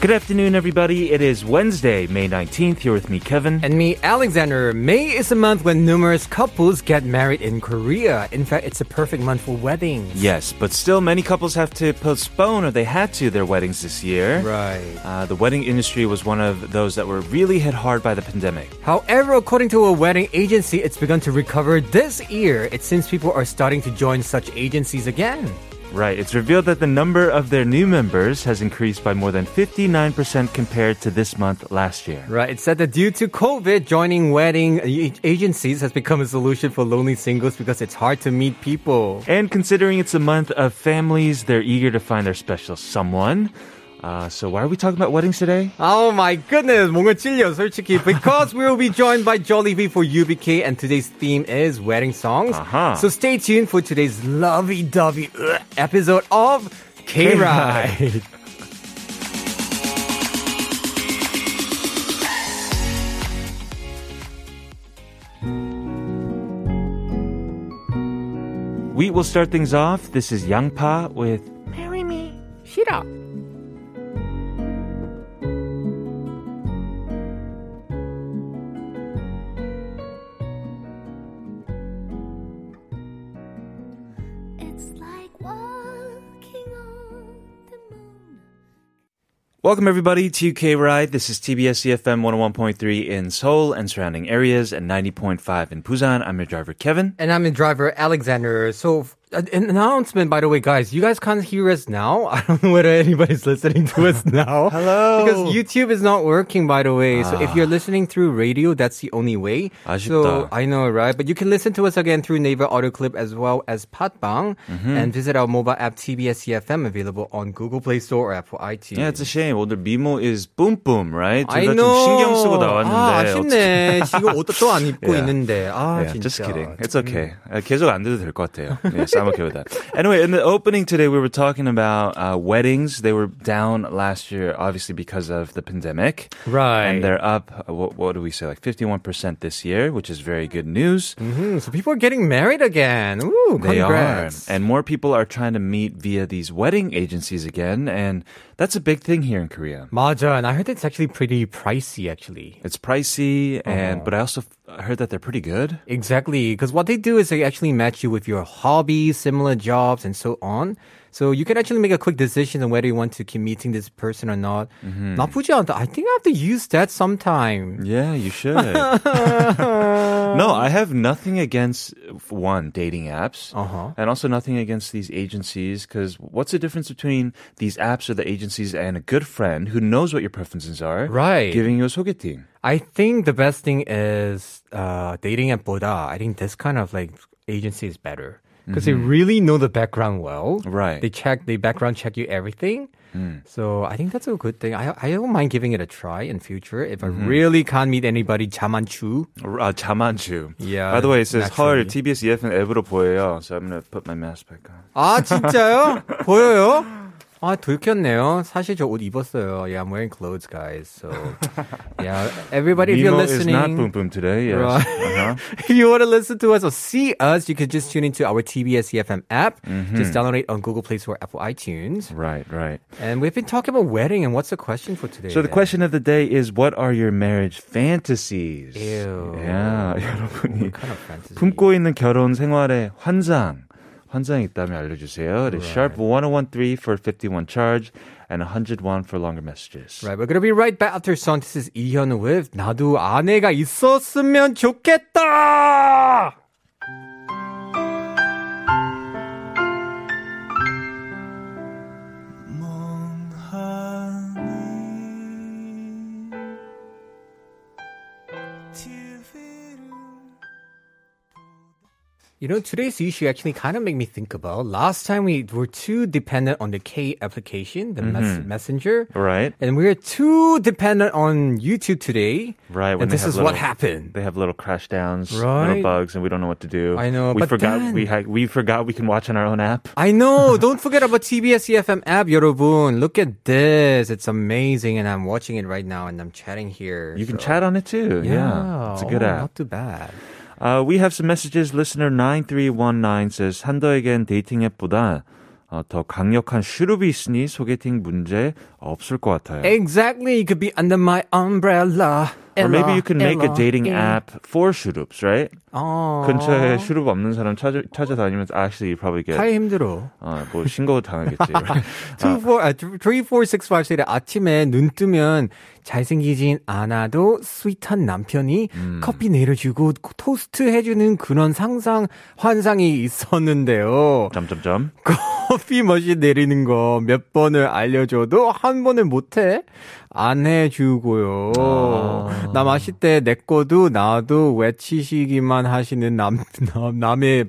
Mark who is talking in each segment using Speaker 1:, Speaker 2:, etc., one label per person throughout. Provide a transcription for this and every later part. Speaker 1: Good afternoon, everybody. It is Wednesday, May 19th. Here with me, Kevin.
Speaker 2: And me, Alexander. May is a month when numerous couples get married in Korea. In fact, it's a perfect month for weddings.
Speaker 1: yes, but still, many couples have to postpone, or they had to, their weddings this year.
Speaker 2: Right.
Speaker 1: Uh, the wedding industry was one of those that were really hit hard by the pandemic.
Speaker 2: However, according to a wedding agency, it's begun to recover this year. It seems people are starting to join such agencies again.
Speaker 1: Right. It's revealed that the number of their new members has increased by more than 59% compared to this month last year.
Speaker 2: Right. It said that due to COVID, joining wedding a- agencies has become a solution for lonely singles because it's hard to meet people.
Speaker 1: And considering it's a month of families, they're eager to find their special someone. Uh, so, why are we talking about weddings today?
Speaker 2: Oh my goodness, 뭔가 찔려, 솔직히. Because we will be joined by Jollibee for UBK and today's theme is wedding songs.
Speaker 1: Uh-huh.
Speaker 2: So stay tuned for today's lovey-dovey ugh, episode of K-Ride.
Speaker 1: We will start things off. This is Yangpa with
Speaker 3: It's like walking on the moon.
Speaker 1: Welcome everybody to K Ride. This is TBS EFM 101.3 in Seoul and surrounding areas and 90.5 in Busan. I'm your driver Kevin.
Speaker 2: And I'm the driver, Alexander. So, uh, an announcement, by the way, guys. You guys can't hear us now. I don't know whether anybody's listening to us now.
Speaker 1: Hello. Ah.
Speaker 2: Because YouTube is not working, by the way. So, if you're listening through radio, that's the only way. So,
Speaker 1: 아쉽다.
Speaker 2: I know, right? But you can listen to us again through Naver Audio Clip as well as Patbang.
Speaker 1: Mm-hmm.
Speaker 2: And visit our mobile app, TBS EFM, E available on Google Play Store or Apple iTunes.
Speaker 1: Yeah, it's a shame. 오늘 미모 is boom boom, right?
Speaker 2: I
Speaker 1: 둘다좀
Speaker 2: know.
Speaker 1: 신경 쓰고
Speaker 2: 아,
Speaker 1: 나왔는데.
Speaker 2: 아쉽네. 지금 옷도 또 안 입고
Speaker 1: Yeah.
Speaker 2: 있는데. 아,
Speaker 1: Yeah,
Speaker 2: 진짜.
Speaker 1: just kidding. It's okay. Uh, 계속 안 돼도 될 것 같아요. Yes, I'm okay with that. Anyway, in the opening today, we were talking about uh, weddings. They were down last year, obviously because of the pandemic.
Speaker 2: Right.
Speaker 1: And they're up, uh, what, what do we say, like 51% this year, which is very good news.
Speaker 2: Hmm, so people are getting married again. Ooh,
Speaker 1: They
Speaker 2: congrats.
Speaker 1: are. And more people are trying to meet via these wedding agencies again. And that's a big thing here in Korea.
Speaker 2: 맞아. And I heard it's actually pretty pricey, actually.
Speaker 1: It's pricey,
Speaker 2: Uh-huh.
Speaker 1: and but I also f- heard that they're pretty good.
Speaker 2: Exactly. Because what they do is they actually match you with your hobbies, similar jobs, and so on. So you can actually make a quick decision on whether you want to keep meeting this person or not. 나쁘지 않다. I think I have to use that sometime.
Speaker 1: Yeah, you should. no, I have nothing against f- one dating apps,
Speaker 2: Uh-huh.
Speaker 1: and also nothing against these agencies. Because what's the difference between these apps or the agencies and a good friend who knows what your preferences are,
Speaker 2: Right.
Speaker 1: Giving you a 소개팅.
Speaker 2: I think the best thing is uh, dating 앱보다 I think this kind of like agency is better because they really know the background well.
Speaker 1: Mm-hmm. Right. Mm.
Speaker 2: They check, they background check you everything. So I think that's a good thing. I I don't mind giving it a try in future if
Speaker 1: Mm-hmm.
Speaker 2: I really can't meet anybody. 자만추.
Speaker 1: 아, 자만추.
Speaker 2: Yeah,
Speaker 1: By the way, it says 헐
Speaker 2: naturally.
Speaker 1: TBS EFN E 앱으로 보여요. So I'm gonna put my mask back on.
Speaker 2: 아 진짜요? 보여요? 아 들켰네요. 사실 저 옷 입었어요. Yeah, I'm wearing clothes, guys. So yeah, everybody, if you're
Speaker 1: Nemo is
Speaker 2: listening,
Speaker 1: not boom boom today. Yes.
Speaker 2: Right.
Speaker 1: Uh-huh.
Speaker 2: If you want to listen to us or see us, you can just tune into our TBS EFM E app.
Speaker 1: Mm-hmm.
Speaker 2: Just download it on Google Play Store, Apple iTunes.
Speaker 1: right. Right.
Speaker 2: And we've been talking about wedding, and what's the question for today?
Speaker 1: So the question of the day is, what are your marriage fantasies?
Speaker 2: Ew.
Speaker 1: Yeah, 여러분이
Speaker 2: What kind of fantasy?
Speaker 1: 품고 있는 결혼 생활의 환상. 환상이 있다면 알려주세요. It is sharp 1013 for 51 charge and 101 for longer messages.
Speaker 2: Right, we're gonna be right back after song. This is Ihyun with 나도 아내가 있었으면 좋겠다. You know, today's issue actually kind of made me think about last time we were too dependent on the K application, the mes- messenger.
Speaker 1: Right.
Speaker 2: And we're too dependent on YouTube today.
Speaker 1: Right, when
Speaker 2: And
Speaker 1: they
Speaker 2: this
Speaker 1: have
Speaker 2: is
Speaker 1: little-
Speaker 2: what happened.
Speaker 1: They have little crash downs,
Speaker 2: Right.
Speaker 1: little bugs, and we don't know what to do.
Speaker 2: I know,
Speaker 1: We
Speaker 2: but
Speaker 1: forgot
Speaker 2: then-
Speaker 1: we ha- we forgot we can watch on our own app.
Speaker 2: I know. Don't forget about TBS EFM E app, 여러분. Look at this. It's amazing. And I'm watching it right now and I'm chatting here.
Speaker 1: You can
Speaker 2: So-
Speaker 1: chat on it too. Yeah, it's a good
Speaker 2: Oh,
Speaker 1: app.
Speaker 2: Not too bad.
Speaker 1: Uh, we have some messages. Listener 9319 says, 한더에겐 데이팅 앱보다 어, 더 강력한 슈룹이 있으니 소개팅 문제 없을 것 같아요.
Speaker 2: Exactly. You could be under my umbrella.
Speaker 1: Or maybe you can make a
Speaker 2: Ella,
Speaker 1: dating
Speaker 2: Ella.
Speaker 1: app for 슈룹s, right?
Speaker 2: 어.
Speaker 1: 근처에 슈룹 없는 사람 찾아, 찾아다니면 actually you probably get
Speaker 2: 타이 힘들어.
Speaker 1: 어, 뭐 신고 당하겠지. right?
Speaker 2: Two four uh, three four six five 세대 아침에 눈 뜨면 잘생기진 않아도 스윗한 남편이
Speaker 1: 음.
Speaker 2: 커피 내려주고 토스트 해주는 그런 상상 환상이 있었는데요.
Speaker 1: 점점점.
Speaker 2: 커피 머신 내리는 거 몇 번을 알려줘도 한 번을 못해 안 해주고요.
Speaker 1: 아.
Speaker 2: 나 마실 때 내 거도 나도 외치시기만 하시는 남, 남 남의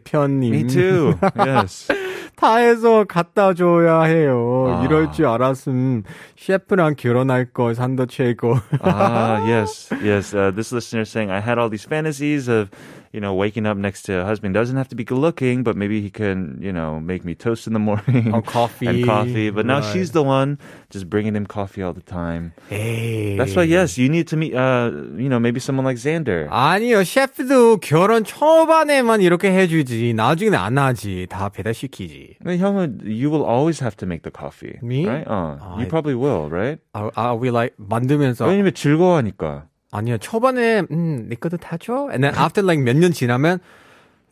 Speaker 2: 편님.
Speaker 1: Me too. Yes.
Speaker 2: 다 해서 갖다 줘야 해요.
Speaker 1: 아.
Speaker 2: 이럴 줄 알았음. 셰프랑 결혼할 걸 산더 최고.
Speaker 1: Ah, yes, yes. Uh, this listener is saying, I had all these fantasies of, you know, waking up next to a husband. Doesn't have to be good looking, but maybe he can, you know, make me toast in the morning.
Speaker 2: Or coffee.
Speaker 1: And Oh, coffee. But now
Speaker 2: Right.
Speaker 1: she's the one just bringing him coffee all the time.
Speaker 2: 에이.
Speaker 1: That's why, yes, you need to meet, uh, you know, maybe someone like Xander.
Speaker 2: 아니요, 셰프도 결혼 초반에만 이렇게 해주지. 나중에는 안 하지. 다 배달시키지.
Speaker 1: I mean, 형은, you will always have to make the coffee.
Speaker 2: Me?
Speaker 1: Right? Uh, you
Speaker 2: I-
Speaker 1: probably will, right?
Speaker 2: 아, 아, we like, 만들면서.
Speaker 1: 왜냐면 즐거워하니까.
Speaker 2: 아니요, 초반에, 음, 내 것도 다 줘. And then after like 몇 년 지나면,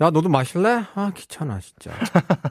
Speaker 2: 야, 너도 마실래? 아, 귀찮아, 진짜.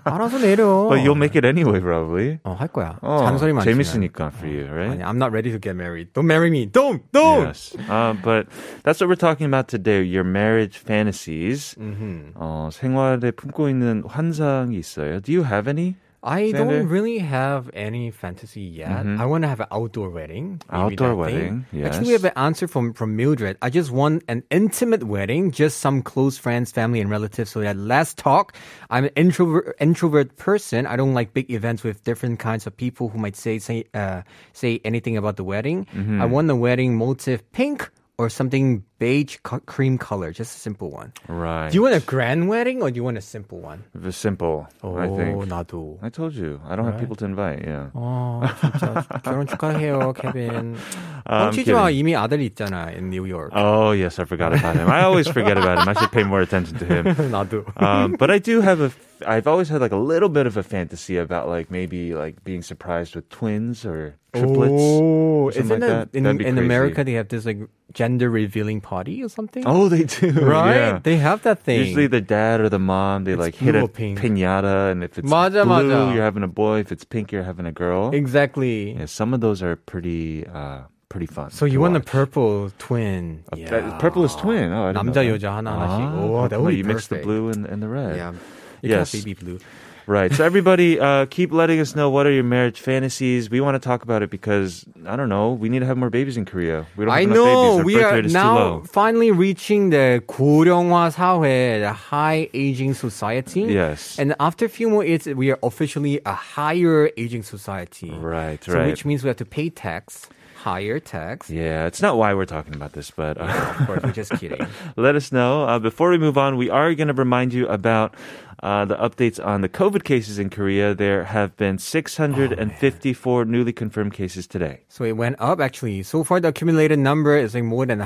Speaker 2: 알아서 내려.
Speaker 1: But you'll make it anyway, probably.
Speaker 2: 어, 할 거야.
Speaker 1: 어,
Speaker 2: 잔소리만 안 치면.
Speaker 1: 재밌으니까 for you, right?
Speaker 2: 아니, I'm not ready to get married. Don't marry me. Don't,
Speaker 1: Eh?
Speaker 2: don't.
Speaker 1: Yes. Uh, but that's what we're talking about today. Your marriage fantasies.
Speaker 2: Mm-hmm.
Speaker 1: 어, 생활에 품고 있는 환상이 있어요. Do you have any?
Speaker 2: I
Speaker 1: Xander? Mm-hmm.
Speaker 2: don't really have any fantasy yet. I want to have an outdoor wedding. maybe
Speaker 1: Outdoor
Speaker 2: that
Speaker 1: wedding,
Speaker 2: thing. Actually, we
Speaker 1: yes.
Speaker 2: have an answer from from Mildred. I just want an intimate wedding, just some close friends, family, and relatives, so that less talk. I'm an introvert introvert person. I don't like big events with different kinds of people who might say say uh, say anything about the wedding.
Speaker 1: Mm-hmm.
Speaker 2: I want the wedding motif pink. Or something beige co- cream color, just a simple one.
Speaker 1: Right.
Speaker 2: Do you want a grand wedding or do you want a simple one?
Speaker 1: It's simple, I
Speaker 2: Oh,
Speaker 1: think.
Speaker 2: 나도.
Speaker 1: I told you. I don't have people to invite. Yeah.
Speaker 2: 어, 진짜 결혼 축하해요, 케빈.
Speaker 1: I'm
Speaker 2: 뻥치지 마.
Speaker 1: kidding.
Speaker 2: 이미 아들이 있잖아, in 뉴욕.
Speaker 1: Oh, yes. I forgot about him. I always forget about him. I should pay more attention to him.
Speaker 2: 나도.
Speaker 1: um, but I do have a. f- I've always had like a little bit of a fantasy about like maybe like being surprised with twins or triplets.
Speaker 2: Oh,
Speaker 1: or something
Speaker 2: isn't
Speaker 1: like
Speaker 2: it
Speaker 1: that.
Speaker 2: in,
Speaker 1: That'd be
Speaker 2: in
Speaker 1: crazy.
Speaker 2: America they have this like gender revealing party or something?
Speaker 1: Oh, they do.
Speaker 2: right?
Speaker 1: Yeah.
Speaker 2: They have that thing.
Speaker 1: Usually the dad or the mom, they like hit
Speaker 2: blue
Speaker 1: a
Speaker 2: or pink.
Speaker 1: pinata, and if it's blue,
Speaker 2: 맞아, 맞아.
Speaker 1: you're having a boy. If it's pink, you're having a girl.
Speaker 2: exactly.
Speaker 1: Yeah, some of those are pretty, uh, pretty fun.
Speaker 2: So you want a
Speaker 1: watch.
Speaker 2: purple twin?
Speaker 1: That- purple is twin. Oh, I didn't
Speaker 2: 남자
Speaker 1: know
Speaker 2: 여자 하나 하나씩.
Speaker 1: Ah,
Speaker 2: Oh, that would
Speaker 1: like
Speaker 2: be
Speaker 1: you mix the
Speaker 2: perfect.
Speaker 1: blue and, and the red.
Speaker 2: Yeah. You can
Speaker 1: Yes.
Speaker 2: have baby blue.
Speaker 1: Right. So everybody, uh, keep letting us know what are your marriage fantasies. We want to talk about it because I don't know. We need to have more babies in Korea. We don't
Speaker 2: I
Speaker 1: have enough
Speaker 2: know
Speaker 1: babies. Our
Speaker 2: we
Speaker 1: birth
Speaker 2: are
Speaker 1: rate is too
Speaker 2: now
Speaker 1: low.
Speaker 2: finally reaching the 고령화 사회, the high aging society.
Speaker 1: Yes.
Speaker 2: And after a few more years, we are officially a higher aging society.
Speaker 1: Right,
Speaker 2: So
Speaker 1: right.
Speaker 2: Which means we have to pay tax, higher tax.
Speaker 1: Yeah, it's not why we're talking about this, but uh,
Speaker 2: Of course, we're just kidding.
Speaker 1: let us know. Uh, before we move on, we are going to remind you about uh, the updates on the COVID cases in Korea. There have been
Speaker 2: Oh,
Speaker 1: 654 newly confirmed cases today.
Speaker 2: So it went up actually. So far, the accumulated number is like more than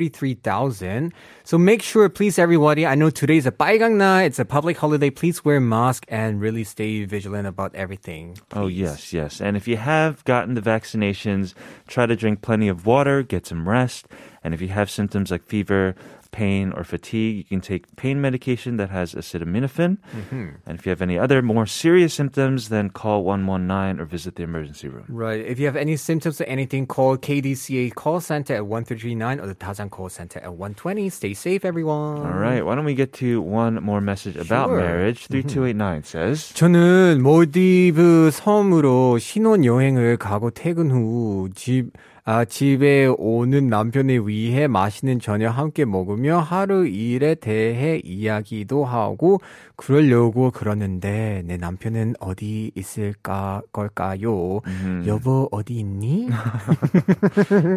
Speaker 2: 133,000. So make sure, please, everybody. I know today is a Baigangna. It's a public holiday. Please wear mask and really stay vigilant about everything.
Speaker 1: Oh, yes, yes. And if you have gotten the vaccinations, try to drink plenty of water, get some rest. And if you have symptoms like fever, pain, or fatigue, you can take pain medication that has acetaminophen. And if you have any other more serious symptoms, then call 119 or visit the emergency room.
Speaker 2: Right. If you have any symptoms or anything, call KDCA call center at 1339 or the Tazan call center at 120. Stay safe, everyone.
Speaker 1: All right. Why don't we get to one more message about
Speaker 2: Mm. Sure.
Speaker 1: marriage? 3289 says.
Speaker 2: 저는 몰디브 섬으로 신혼 여행을 가고 퇴근 후 집 아, 집에 오는 남편을 위해 맛있는 저녁 함께 먹으며 하루 일에 대해 이야기도 하고 그러려고 그러는데 내 남편은 어디 있을까 걸까요?
Speaker 1: 음.
Speaker 2: 여보 어디 있니?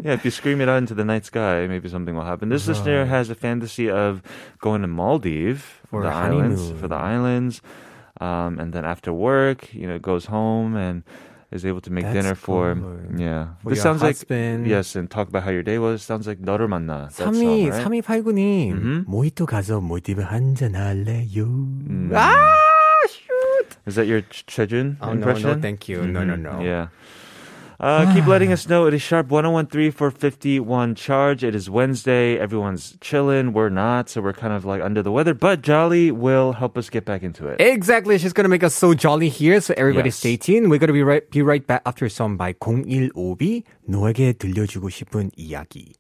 Speaker 1: Yeah, if you scream it out into the night sky, maybe something will happen. This listener has a fantasy of going to Maldives
Speaker 2: For
Speaker 1: the
Speaker 2: a
Speaker 1: islands
Speaker 2: honeymoon.
Speaker 1: for the islands, um, and then after work, you know, goes home and is able to make
Speaker 2: That's
Speaker 1: dinner for
Speaker 2: good.
Speaker 1: yeah.
Speaker 2: For
Speaker 1: this
Speaker 2: your
Speaker 1: sounds like
Speaker 2: husband.
Speaker 1: yes, and talk about how your day was. Sounds like 너를 만나. That song,
Speaker 2: 3위,
Speaker 1: right?
Speaker 2: 3위 8군님,
Speaker 1: Mhm.
Speaker 2: 모히또 가서 모티브 한잔 할래요?
Speaker 1: Mm.
Speaker 2: 아!
Speaker 1: Is that your Ch- Chejun
Speaker 2: Oh, no,
Speaker 1: impression? Mm-hmm.
Speaker 2: no, thank you. No, no, no.
Speaker 1: Yeah. Uh, keep letting us know. It is sharp 1013 for 51 charge. It is Wednesday. Everyone's chilling. We're not, so we're kind of like under the weather. But Jolly will help us get back into it.
Speaker 2: Exactly. She's gonna make us so jolly here. So everybody
Speaker 1: Yes.
Speaker 2: stay tuned. We're gonna be right be right back after a song by 015B. 너에게 들려주고 싶은 이야기.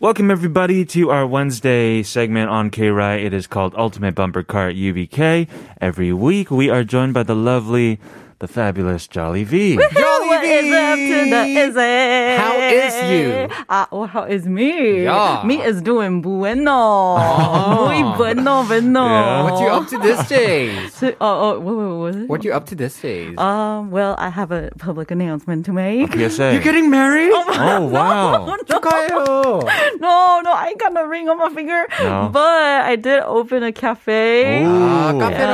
Speaker 1: Welcome, everybody, to our Wednesday segment on K Rai. It is called Ultimate Bumper Car UBK. Every week, we are joined by the lovely, the fabulous Jolly V.
Speaker 2: Jolly
Speaker 4: What is up to the is it?
Speaker 2: How is you?
Speaker 4: Ah, well, how is me?
Speaker 2: Yeah.
Speaker 4: Me is doing bueno. Muy bueno, bueno.
Speaker 1: Yeah.
Speaker 2: What you
Speaker 4: Oh.
Speaker 2: up to this days?
Speaker 4: So, oh, oh, what, what, what was it?
Speaker 2: What you up to this days?
Speaker 4: Um, well, I have a public announcement to make.
Speaker 1: PSA.
Speaker 2: You're getting married?
Speaker 1: oh, wow.
Speaker 2: 축하해요.
Speaker 4: No, no, I ain't got no ring on my finger.
Speaker 1: No.
Speaker 4: But I did open a cafe.
Speaker 1: Ooh.
Speaker 2: 아,
Speaker 1: And
Speaker 2: 카페랑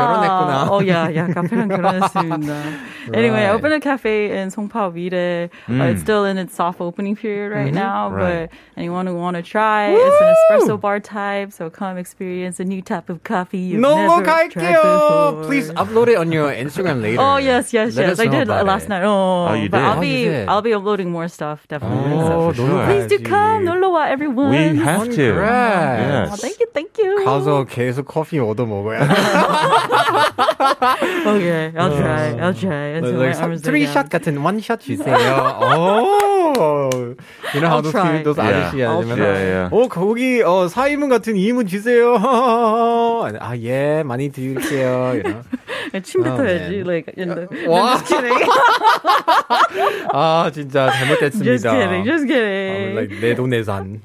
Speaker 2: 결혼했구나.
Speaker 4: Oh yeah, yeah. 카페랑 결혼했습니다. Anyway, I opened a cafe in Songpa Vita. Uh, it's still in its soft opening period right now,
Speaker 1: Right.
Speaker 4: but anyone who want to try, it's an espresso bar type. So come experience a new type of coffee you've
Speaker 2: 너무
Speaker 4: never tried
Speaker 2: 갈게요.
Speaker 4: before.
Speaker 2: Please upload it on your Instagram later.
Speaker 4: Oh yes, yes,
Speaker 2: Let
Speaker 4: yes.
Speaker 2: us
Speaker 4: I
Speaker 2: know
Speaker 4: did
Speaker 2: about
Speaker 4: last
Speaker 2: it.
Speaker 4: night. Oh,
Speaker 1: Oh, you
Speaker 4: but
Speaker 1: did?
Speaker 4: I'll
Speaker 1: Oh,
Speaker 4: be
Speaker 2: you did.
Speaker 4: I'll be uploading more stuff
Speaker 2: Oh,
Speaker 4: definitely. So
Speaker 1: for sure.
Speaker 4: Oh, please do come, 놀러와 everyone.
Speaker 1: We have to.
Speaker 2: Congrats.
Speaker 4: Oh,
Speaker 1: Yes.
Speaker 4: thank you, thank you.
Speaker 2: 가서 계속 커피 얻어 먹어야 돼.
Speaker 4: Okay, I'll try. I'll try. Until my arms are
Speaker 2: three
Speaker 4: down.
Speaker 2: shot 같은 one shot 주세요. 오, you know how
Speaker 4: I'll
Speaker 2: those
Speaker 4: try.
Speaker 2: people, those
Speaker 1: Yeah.
Speaker 2: 아저씨
Speaker 4: I'll
Speaker 2: 아니면
Speaker 1: try. Yeah, yeah.
Speaker 2: 오 거기 어 사이문 같은 이문 주세요. 아, 아예 많이 드릴게요. You know.
Speaker 4: 침부터
Speaker 2: Oh,
Speaker 4: 해야지.
Speaker 2: man.
Speaker 4: Like in the,
Speaker 2: 와.
Speaker 4: just kidding.
Speaker 2: 아 진짜 잘못됐습니다.
Speaker 4: just kidding. Just
Speaker 2: I'm
Speaker 4: kidding.
Speaker 2: like 내 돈에 산.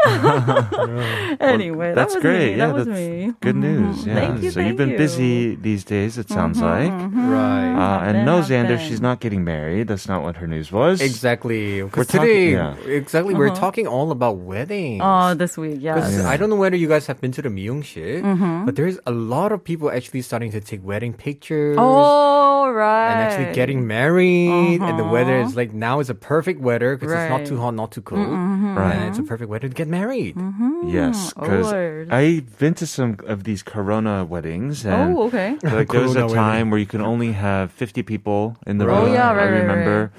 Speaker 4: anyway, that
Speaker 1: That's
Speaker 4: was
Speaker 1: great.
Speaker 4: me.
Speaker 1: Yeah,
Speaker 4: that was
Speaker 1: that's
Speaker 4: me. Mm-hmm.
Speaker 1: good news. Yeah.
Speaker 4: Thank you,
Speaker 1: so you've been
Speaker 4: thank you. Mm-hmm,
Speaker 1: busy these days. It sounds like.
Speaker 2: right.
Speaker 1: Uh, and
Speaker 4: been,
Speaker 1: no,
Speaker 4: I've
Speaker 1: Xander,
Speaker 4: been.
Speaker 1: she's not getting married. That's not what her news was.
Speaker 2: Exactly. Because
Speaker 1: We're
Speaker 2: today,
Speaker 1: talking-
Speaker 2: exactly, we're talking all about weddings.
Speaker 4: Uh-huh. Oh, this week, yes.
Speaker 2: I don't know whether you guys have been to the Myeongshik,
Speaker 4: Mm-hmm.
Speaker 2: but there's a lot of people actually starting to take wedding pictures.
Speaker 4: Oh, right. Uh-huh.
Speaker 2: and actually getting married and the weather is like now is a perfect weather because it's not
Speaker 4: Right. Mm-hmm.
Speaker 2: too hot not too cold and
Speaker 1: Right.
Speaker 2: it's a perfect weather to get married
Speaker 1: Yes. Because
Speaker 4: Lord.
Speaker 1: I've been to some of these Corona weddings, and
Speaker 4: Oh, okay.
Speaker 1: like there was a
Speaker 2: Corona wedding.
Speaker 1: time where you could only have 50 people in the
Speaker 2: Right.
Speaker 1: room.
Speaker 2: Oh, yeah,
Speaker 1: I
Speaker 4: right, right,
Speaker 1: remember.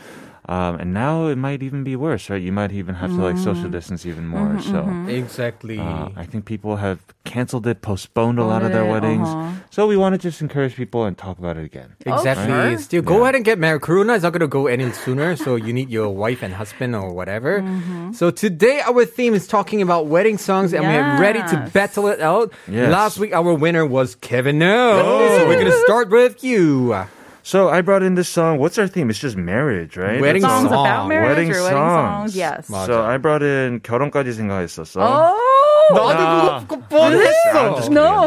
Speaker 1: Um, and now it might even be worse, right? You might even have to like social
Speaker 4: Mm-hmm.
Speaker 1: distance even more. so.
Speaker 2: exactly
Speaker 1: Uh, I think people have canceled it, postponed a lot of their weddings.
Speaker 4: Postponed it, uh-huh.
Speaker 1: So we want to just encourage people and talk about it again.
Speaker 2: Exactly.
Speaker 4: sure.
Speaker 2: Still, go ahead and get married. Corona is not going to go any sooner, so you need your wife and husband or whatever.
Speaker 4: Mm-hmm.
Speaker 2: So today, our theme is talking about wedding songs, and we're ready to
Speaker 4: Yes.
Speaker 2: battle it out.
Speaker 1: Yes.
Speaker 2: Last week, our winner was Kevin No. So we're going to start with you.
Speaker 1: So I brought in this song. What's our theme? It's just marriage, right?
Speaker 2: Wedding
Speaker 1: That's all.
Speaker 4: Songs
Speaker 2: song.
Speaker 4: about marriage
Speaker 1: Wedding
Speaker 4: or wedding
Speaker 1: songs.
Speaker 4: songs? Yes.
Speaker 1: So I brought in 결혼까지 생각했었어.
Speaker 4: Oh!
Speaker 1: 아.
Speaker 2: 나도 그거 뻔했어.
Speaker 4: No,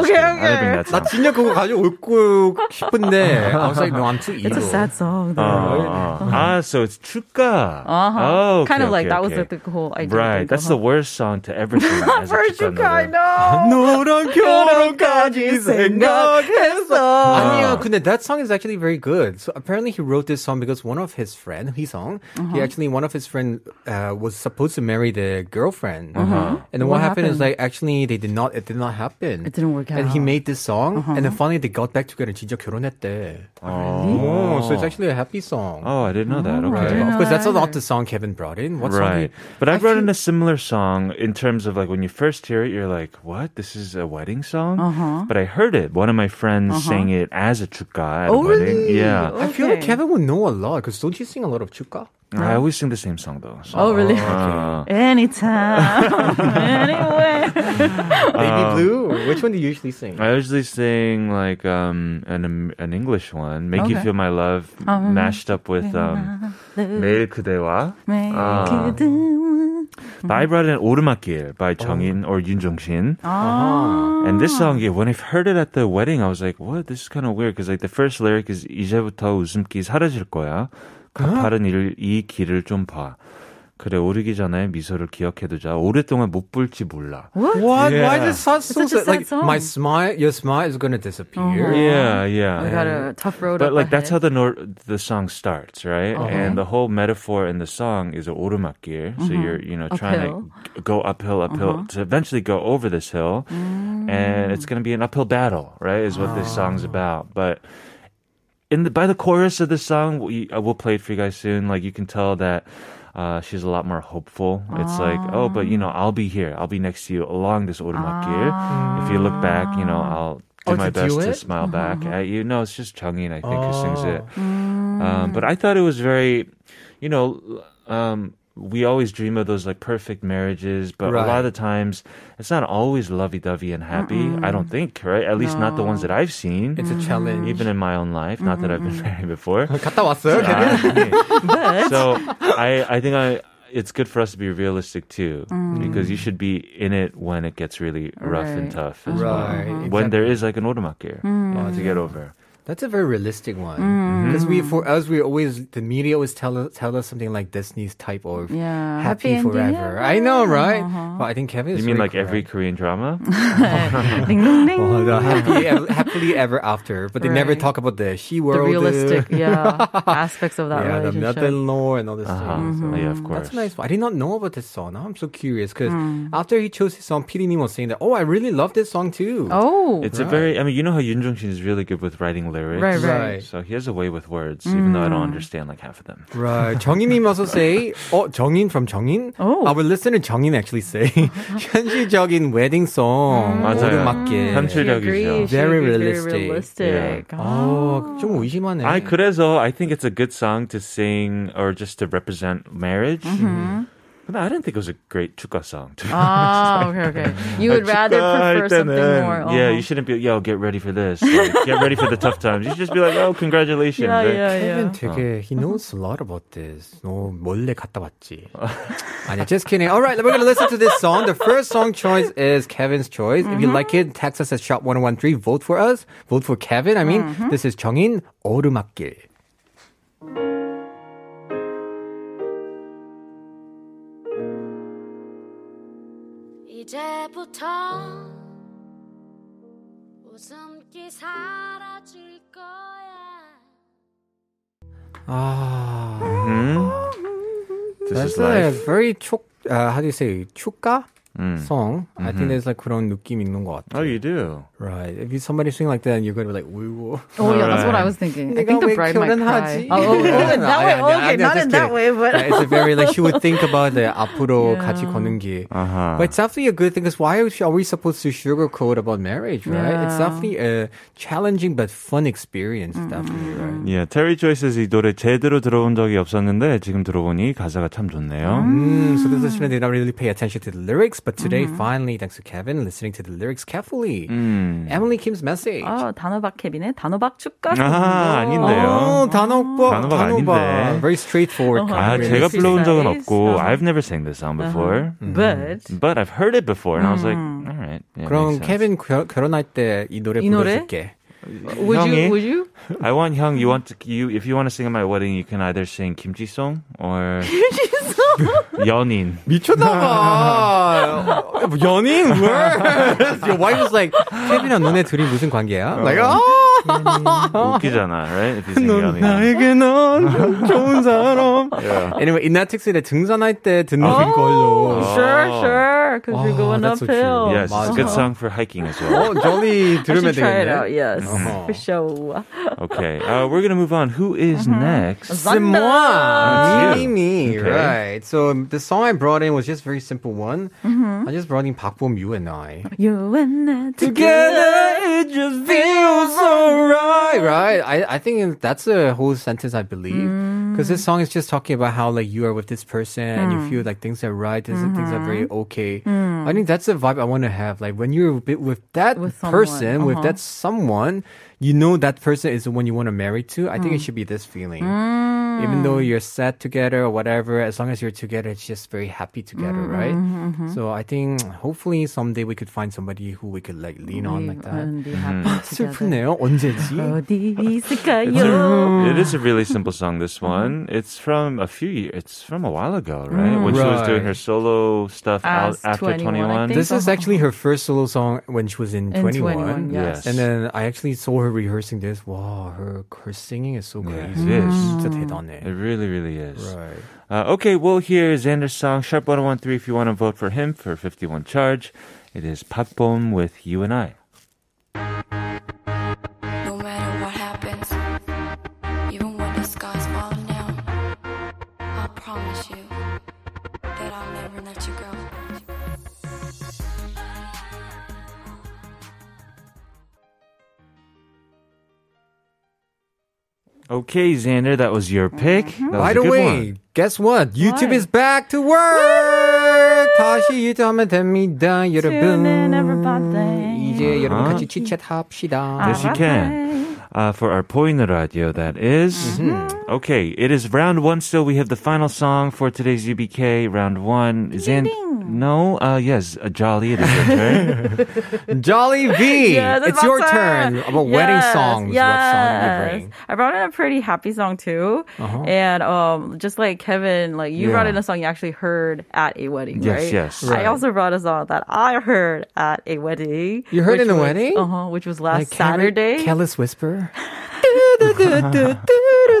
Speaker 1: I'm just kidding.
Speaker 4: okay,
Speaker 1: I didn't bring that
Speaker 2: 나
Speaker 1: song.
Speaker 2: 진짜 그거 가져올고 싶은데. I was like, no, I'm too evil.
Speaker 4: It's a sad song, though.
Speaker 1: Uh, Ah, so it's 축가.
Speaker 4: Uh-huh.
Speaker 1: Oh, okay,
Speaker 4: kind of like
Speaker 1: okay,
Speaker 4: that
Speaker 1: okay.
Speaker 4: was the, the whole idea. Uh-huh.
Speaker 1: Right, that's the worst song to ever sing. as a
Speaker 4: First, you
Speaker 1: 축가 노래.
Speaker 4: kind of.
Speaker 2: 너랑 결혼까지 생각했어.
Speaker 4: 생각했어.
Speaker 2: Yeah, 근데 that song is actually very good. So apparently he wrote this song because one of his friend, Hee-sung,
Speaker 4: Uh-huh.
Speaker 2: he actually one of his friend uh, was supposed to marry the girlfriend, and then what,
Speaker 4: Uh-huh. What
Speaker 2: happened, is like
Speaker 4: happened?
Speaker 2: actually they did not. It did not happen.
Speaker 4: It didn't work
Speaker 2: And he
Speaker 4: out. Uh-huh.
Speaker 2: made this song, and then finally they got back together. and 진짜 결혼했대. Oh, so it's actually a happy song.
Speaker 1: Oh, I didn't know that.
Speaker 4: I
Speaker 1: Okay.
Speaker 4: didn't
Speaker 2: Of
Speaker 4: know
Speaker 2: course, that's
Speaker 4: that
Speaker 2: not the
Speaker 4: either.
Speaker 2: song Kevin brought in. What song?
Speaker 1: Right.
Speaker 2: did-
Speaker 1: But I brought in a similar song in terms of like when you first hear it, you're like, what? This is a wedding song? Uh-huh. But I heard it. One of my friends sang it as a chukka at a
Speaker 2: Oh,
Speaker 1: wedding.
Speaker 2: really?
Speaker 1: Yeah.
Speaker 2: I feel like
Speaker 4: Okay.
Speaker 2: Kevin would know a lot because don't you sing a lot of chukka?
Speaker 1: I always sing the same song though. So.
Speaker 4: Oh, really?
Speaker 1: Uh,
Speaker 4: Anytime. anyway. Uh.
Speaker 2: Baby Blue. Which one do you usually sing?
Speaker 1: I usually sing like um, an an English one, "Make You Feel
Speaker 4: Okay.
Speaker 1: My Love," mashed up with um, "매일 그대와." 아. But I brought in "오르막길" by Jungin or Yun Jung-shin.
Speaker 4: Uh-huh.
Speaker 1: And this song, yeah, when I heard it at the wedding, I was like, "What? This is kind of weird." Because like the first lyric is "이제부터 웃음기 사라질 거야. 가파른 일, 이 길을 좀 봐. 그래 오르기 전에 미소를 기억해두자. 오랫동안 못 볼지 몰라."
Speaker 2: What?
Speaker 1: Yeah.
Speaker 2: Why is it such so
Speaker 4: such a
Speaker 2: sad? Like
Speaker 4: sad song. Uh-huh.
Speaker 2: my smile, your smile is gonna disappear.
Speaker 1: Yeah, yeah.
Speaker 4: We got a tough road
Speaker 1: But
Speaker 4: up
Speaker 1: like that's how
Speaker 4: ahead.
Speaker 1: the nor- the song starts, right? And the whole metaphor in the song is a 오르막길. So you're you know trying to go uphill, uphill to eventually go over this hill, and it's going to be an uphill battle, right? Is what this song's about. But in the by the chorus of the song, we, I will play it for you guys soon. Like you can tell that. Uh, she's a lot more hopeful. It's like, oh, but you know, I'll be here. I'll be next to you along this 오르막길. If you look back, you know, I'll do
Speaker 2: Oh,
Speaker 1: my
Speaker 2: it's a
Speaker 1: best to
Speaker 2: duet?
Speaker 1: smile
Speaker 2: Mm-hmm.
Speaker 1: back at you. No, it's just Changin, I think, who sings it.
Speaker 2: Mm.
Speaker 1: Um, but I thought it was very, you know, um, we always dream of those like perfect marriages, but a lot of
Speaker 2: Right.
Speaker 1: the times it's not always lovey dovey and happy. I don't think, right? At least not the ones that I've seen,
Speaker 2: It's a challenge.
Speaker 1: even in my own life. Not that I've been married before.
Speaker 2: 갔다 왔어요? 걔는?
Speaker 1: 아, so I, I think I. It's good for us to be realistic too, because you should be in it when it gets really rough and
Speaker 4: Right.
Speaker 1: tough as well.
Speaker 2: Right.
Speaker 1: When
Speaker 2: exactly.
Speaker 1: there is like an automakir to get over.
Speaker 2: That's a very realistic one.
Speaker 4: Mm.
Speaker 2: Because we, for us, we always the media always tell us tell us something like Disney's type of
Speaker 4: Yeah,
Speaker 2: happy,
Speaker 4: happy ending,
Speaker 2: forever.
Speaker 4: yeah. Uh-huh.
Speaker 2: I know, right? But I think Kevin.
Speaker 1: You
Speaker 2: is
Speaker 1: mean
Speaker 2: very
Speaker 1: like every
Speaker 2: correct.
Speaker 1: Korean drama? Uh-huh.
Speaker 4: ding ding ding.
Speaker 2: Oh, the happy, ev- happily ever after, but they never
Speaker 4: Right.
Speaker 2: talk about the she
Speaker 4: the
Speaker 2: world,
Speaker 4: realistic yeah aspects of that
Speaker 2: yeah, the
Speaker 4: relationship.
Speaker 2: nothing lore and all this
Speaker 1: Uh-huh.
Speaker 2: stuff.
Speaker 1: Yeah, of course.
Speaker 2: That's a nice one. I did not know about this song. Now I'm so curious because
Speaker 1: 음.
Speaker 2: after he chose his song, Piri was saying that, oh, I really love this song too.
Speaker 4: Oh,
Speaker 1: It's a very, I mean, you know how Yun Jung Shin is really good with writing lyrics.
Speaker 4: Right, right.
Speaker 2: Right.
Speaker 1: So he has a way with words, even though I don't understand like half of them.
Speaker 2: Right. 정인님 also say, oh, 정인 from 정인?
Speaker 4: Oh.
Speaker 2: Our listener 정인 actually say, 현실적인 wedding song.
Speaker 1: 음. 맞아요.
Speaker 2: 오르막길.
Speaker 4: she
Speaker 1: 현실적이죠.
Speaker 4: agrees. She
Speaker 2: Very
Speaker 4: agrees,
Speaker 2: realistic.
Speaker 4: Very realistic.
Speaker 2: 어, 좀 의심하네.
Speaker 1: I 그래서 I think it's a good song to sing or just to represent marriage.
Speaker 4: Mm-hmm.
Speaker 1: But I didn't think it was a great chukka song. to be
Speaker 4: Ah, okay, okay. You would rather
Speaker 1: 축하할
Speaker 4: prefer something
Speaker 1: 때는,
Speaker 4: more.
Speaker 1: Yeah,
Speaker 4: uh-huh.
Speaker 1: you shouldn't be. Yo, get ready for this. Like, get ready for the tough times. You should just be like, oh, congratulations.
Speaker 4: Yeah,
Speaker 1: Like,
Speaker 4: yeah,
Speaker 2: Kevin
Speaker 4: yeah.
Speaker 2: 되게, he knows a lot about this. 너 몰래 갔다 왔지. 아니야, just kidding. Alright, we're gonna listen to this song. The first song choice is Kevin's choice. If you like it, text us at shop1013. Vote for us. Vote for Kevin. I mean, this is 정인, 오르막길.
Speaker 3: 이제부터 웃음기 사라질 거야.
Speaker 2: 아.
Speaker 1: This is
Speaker 2: That's
Speaker 1: life.
Speaker 2: a very 촉, uh, how do you say, 축가 song. I think there's like 그런 느낌 있는 것
Speaker 1: Oh,
Speaker 2: 같아.
Speaker 1: you do.
Speaker 2: Right. If you somebody sing like that, you're gonna be like, 울고.
Speaker 4: Oh, yeah, that's what I was thinking. I think the bride might cry. Oh, oh, oh, in that way. okay, not in that way, but
Speaker 2: Yeah, it's a very like she would think about the 앞으로 같이 걷는 길.
Speaker 1: Uh-huh.
Speaker 2: But it's definitely a good thing because why are we- are we supposed to sugarcoat about marriage, right? It's
Speaker 4: Yeah. Mm-hmm.
Speaker 2: definitely a challenging but fun experience, definitely, right?
Speaker 1: Yeah, Terry Joyce says 이 노래 제대로 들어본 적이 없었는데 지금 들어보니 가사가 참 좋네요.
Speaker 2: Mm, so the listener did not really pay attention to the lyrics, but today,
Speaker 4: Mm-hmm.
Speaker 2: finally, thanks to Kevin, listening to the lyrics carefully.
Speaker 1: Mm.
Speaker 2: Emily Kim's message.
Speaker 4: 아, 단호박 캡이네. 단호박 축가.
Speaker 1: 아, 아닌데요.
Speaker 2: 어, Oh, 단호박,
Speaker 1: 단호박 아닌데.
Speaker 2: Very straightforward.
Speaker 4: Uh-huh.
Speaker 1: 아,
Speaker 2: kind of
Speaker 1: 제가
Speaker 4: Really?
Speaker 1: 불러온 적은
Speaker 4: Nice.
Speaker 1: 없고
Speaker 4: Uh-huh. Mm.
Speaker 1: I've never sang this song before.
Speaker 4: But
Speaker 1: But I've heard it before and I was like, all right. Yeah,
Speaker 2: 그럼
Speaker 1: makes sense.
Speaker 2: 케빈 결, 결혼할 때 이 노래
Speaker 4: 이 노래?
Speaker 2: 불러줄게.
Speaker 4: would
Speaker 1: 형이?
Speaker 4: you would you
Speaker 1: I want Hyung, you want to, you if you want to sing at my wedding, you can either sing Kimchi Song or 연인.
Speaker 2: 미쳤나봐.
Speaker 1: 어.
Speaker 2: 연인? Where? Your wife was like, 케빈이랑 너네 둘이 무슨 관계야? Like, oh!
Speaker 1: 웃기잖아, right? If you sing it on the album.
Speaker 2: 나에게 넌 좋은 사람.
Speaker 1: Yeah.
Speaker 2: anyway, 이나틱스의 등산할 때 듣는
Speaker 4: 어.
Speaker 2: 걸로.
Speaker 4: Oh, sure, sure. 그 Because you're
Speaker 2: Oh,
Speaker 4: going
Speaker 2: that's so
Speaker 4: uphill.
Speaker 1: 아.
Speaker 2: cute.
Speaker 1: Yes, it's a
Speaker 2: 맞아.
Speaker 1: good song for hiking as well.
Speaker 2: 어, jolly
Speaker 4: I
Speaker 2: 들으면
Speaker 4: should try it out.
Speaker 2: 되겠네.
Speaker 4: Yes,
Speaker 2: Uh-huh.
Speaker 4: for sure.
Speaker 1: Okay, uh, we're gonna move on. Who is
Speaker 4: Mm-hmm.
Speaker 1: next?
Speaker 4: Zanda.
Speaker 2: Simwa,
Speaker 1: That's
Speaker 2: me,
Speaker 1: you.
Speaker 2: me,
Speaker 1: Okay.
Speaker 2: right? So the song I brought in was just a very simple one.
Speaker 4: Mm-hmm.
Speaker 2: I just brought in Park Bom, you and I.
Speaker 4: You and I
Speaker 2: Together, it just feels so right. Right. I, I think that's a whole sentence, I believe. Because this song is just talking about how, like, you are with this person and you feel like things are right, things, things are very okay. I think that's the vibe I want to have. Like, when you're with, Hmm. with that
Speaker 4: With someone,
Speaker 2: person, with
Speaker 4: uh-huh.
Speaker 2: that someone, you know that person is the one you want to marry to. I think it should be this feeling. Even though you're sad together or whatever, as long as you're together, it's just very happy together, right? So I think hopefully someday we could find somebody who we could like lean on Oh, like that. 아,
Speaker 4: and be
Speaker 1: Mm-hmm.
Speaker 4: happy together.
Speaker 2: 슬프네요. 언제지?
Speaker 4: 어디 있을까요?
Speaker 1: It is a really simple song. This
Speaker 4: Mm-hmm.
Speaker 1: one, it's from a few years. It's from a while ago, right? When she was doing her
Speaker 2: Right.
Speaker 1: solo stuff out
Speaker 4: As
Speaker 1: after
Speaker 4: 21, I
Speaker 1: Twenty One.
Speaker 4: think.
Speaker 2: This is actually her first solo song when she was in,
Speaker 4: In
Speaker 2: 21.
Speaker 4: 21,
Speaker 1: yes. Yes.
Speaker 2: And then I actually saw her rehearsing this. Wow, her, her singing is so
Speaker 1: Yeah,
Speaker 2: crazy.
Speaker 1: it is.
Speaker 2: 진짜
Speaker 1: It
Speaker 2: 대단해.
Speaker 1: really, really is.
Speaker 2: Right.
Speaker 1: Uh, okay, we'll hear Xander's song Sharp 1013 if you want to vote for him for 51 charge. It is Patbom with You and I.
Speaker 5: No matter what happens, even when the sky's falling down, I promise you that I'll never let you go.
Speaker 1: Okay, Xander, that was your pick. That was
Speaker 2: By
Speaker 1: a
Speaker 2: the
Speaker 1: good
Speaker 2: way, guess what? YouTube is
Speaker 4: What?
Speaker 2: back to work. 다시 유튜브하면 됩니다, 여러분.
Speaker 4: Tune in, everybody.
Speaker 2: 이제 여러분
Speaker 1: Uh-huh.
Speaker 2: 같이 치챗합시다.
Speaker 1: Yes, you can. Uh, for our Poina Radio, that is. Okay, it is round one still. We have the final song for today's UBK, round one. Xan- no, uh, yes, uh, Jolly, it is your turn.
Speaker 2: Jolly V,
Speaker 4: Yes,
Speaker 2: it's your
Speaker 4: my
Speaker 2: turn. About wedding
Speaker 4: Yes,
Speaker 2: songs. What song
Speaker 4: Yes.
Speaker 2: you bring?
Speaker 4: I brought in a pretty happy song too,
Speaker 2: Uh-huh.
Speaker 4: and um, just like Kevin, like you brought
Speaker 1: Yeah.
Speaker 4: in a song you actually heard at a wedding,
Speaker 1: Yes,
Speaker 4: right?
Speaker 1: yes.
Speaker 4: I also brought a song that I heard at a wedding.
Speaker 2: You heard
Speaker 4: which
Speaker 2: in a
Speaker 4: was-
Speaker 2: wedding?
Speaker 4: Uh-huh, which was
Speaker 2: Like
Speaker 4: last
Speaker 2: Carrie-
Speaker 4: Saturday.
Speaker 2: Careless Whisper. 이런 거?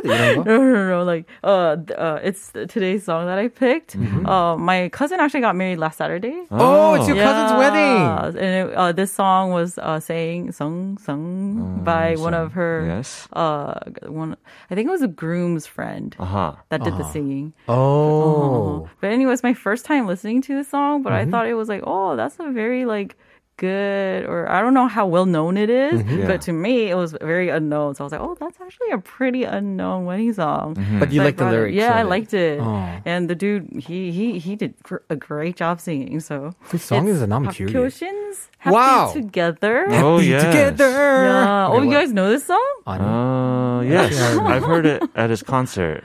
Speaker 4: no, no, no, no, like uh, th- uh, it's today's song that I picked. Uh, my cousin actually got married last Saturday.
Speaker 2: Mm-hmm. Oh, it's your cousin's
Speaker 4: Yeah.
Speaker 2: wedding.
Speaker 4: And it, uh, this song was uh, saying "sung
Speaker 2: Mm,
Speaker 4: sung" by one of her.
Speaker 1: yes.
Speaker 4: Uh, one. I think it was a groom's friend
Speaker 1: Uh huh.
Speaker 4: that did the singing.
Speaker 2: Uh-huh.
Speaker 4: Uh-huh.
Speaker 2: Oh. Mm-hmm.
Speaker 4: But anyway, it's my first time listening to this song, but I thought it was like, oh, that's a very like good or I don't know how well known it is,
Speaker 2: Mm-hmm.
Speaker 4: but to me it was very unknown. So I was like, oh, that's actually a pretty unknown wedding song.
Speaker 2: But Mm-hmm. you
Speaker 4: So I
Speaker 2: like the
Speaker 4: brought
Speaker 2: lyrics.
Speaker 4: it- Yeah,
Speaker 2: of
Speaker 4: I
Speaker 2: it.
Speaker 4: liked it.
Speaker 2: Oh.
Speaker 4: And the dude, he he he did gr- a great job singing. So
Speaker 2: Which song is
Speaker 4: it's
Speaker 2: it? I'm
Speaker 4: Park
Speaker 2: curious.
Speaker 4: Hyo-shin's Happy
Speaker 2: Wow.
Speaker 4: Together.
Speaker 1: Oh,
Speaker 2: Be
Speaker 1: yes.
Speaker 2: Together.
Speaker 4: Yeah. Oh, you guys know this song?
Speaker 2: 아니.
Speaker 1: Uh, yes, I've heard it at his concert.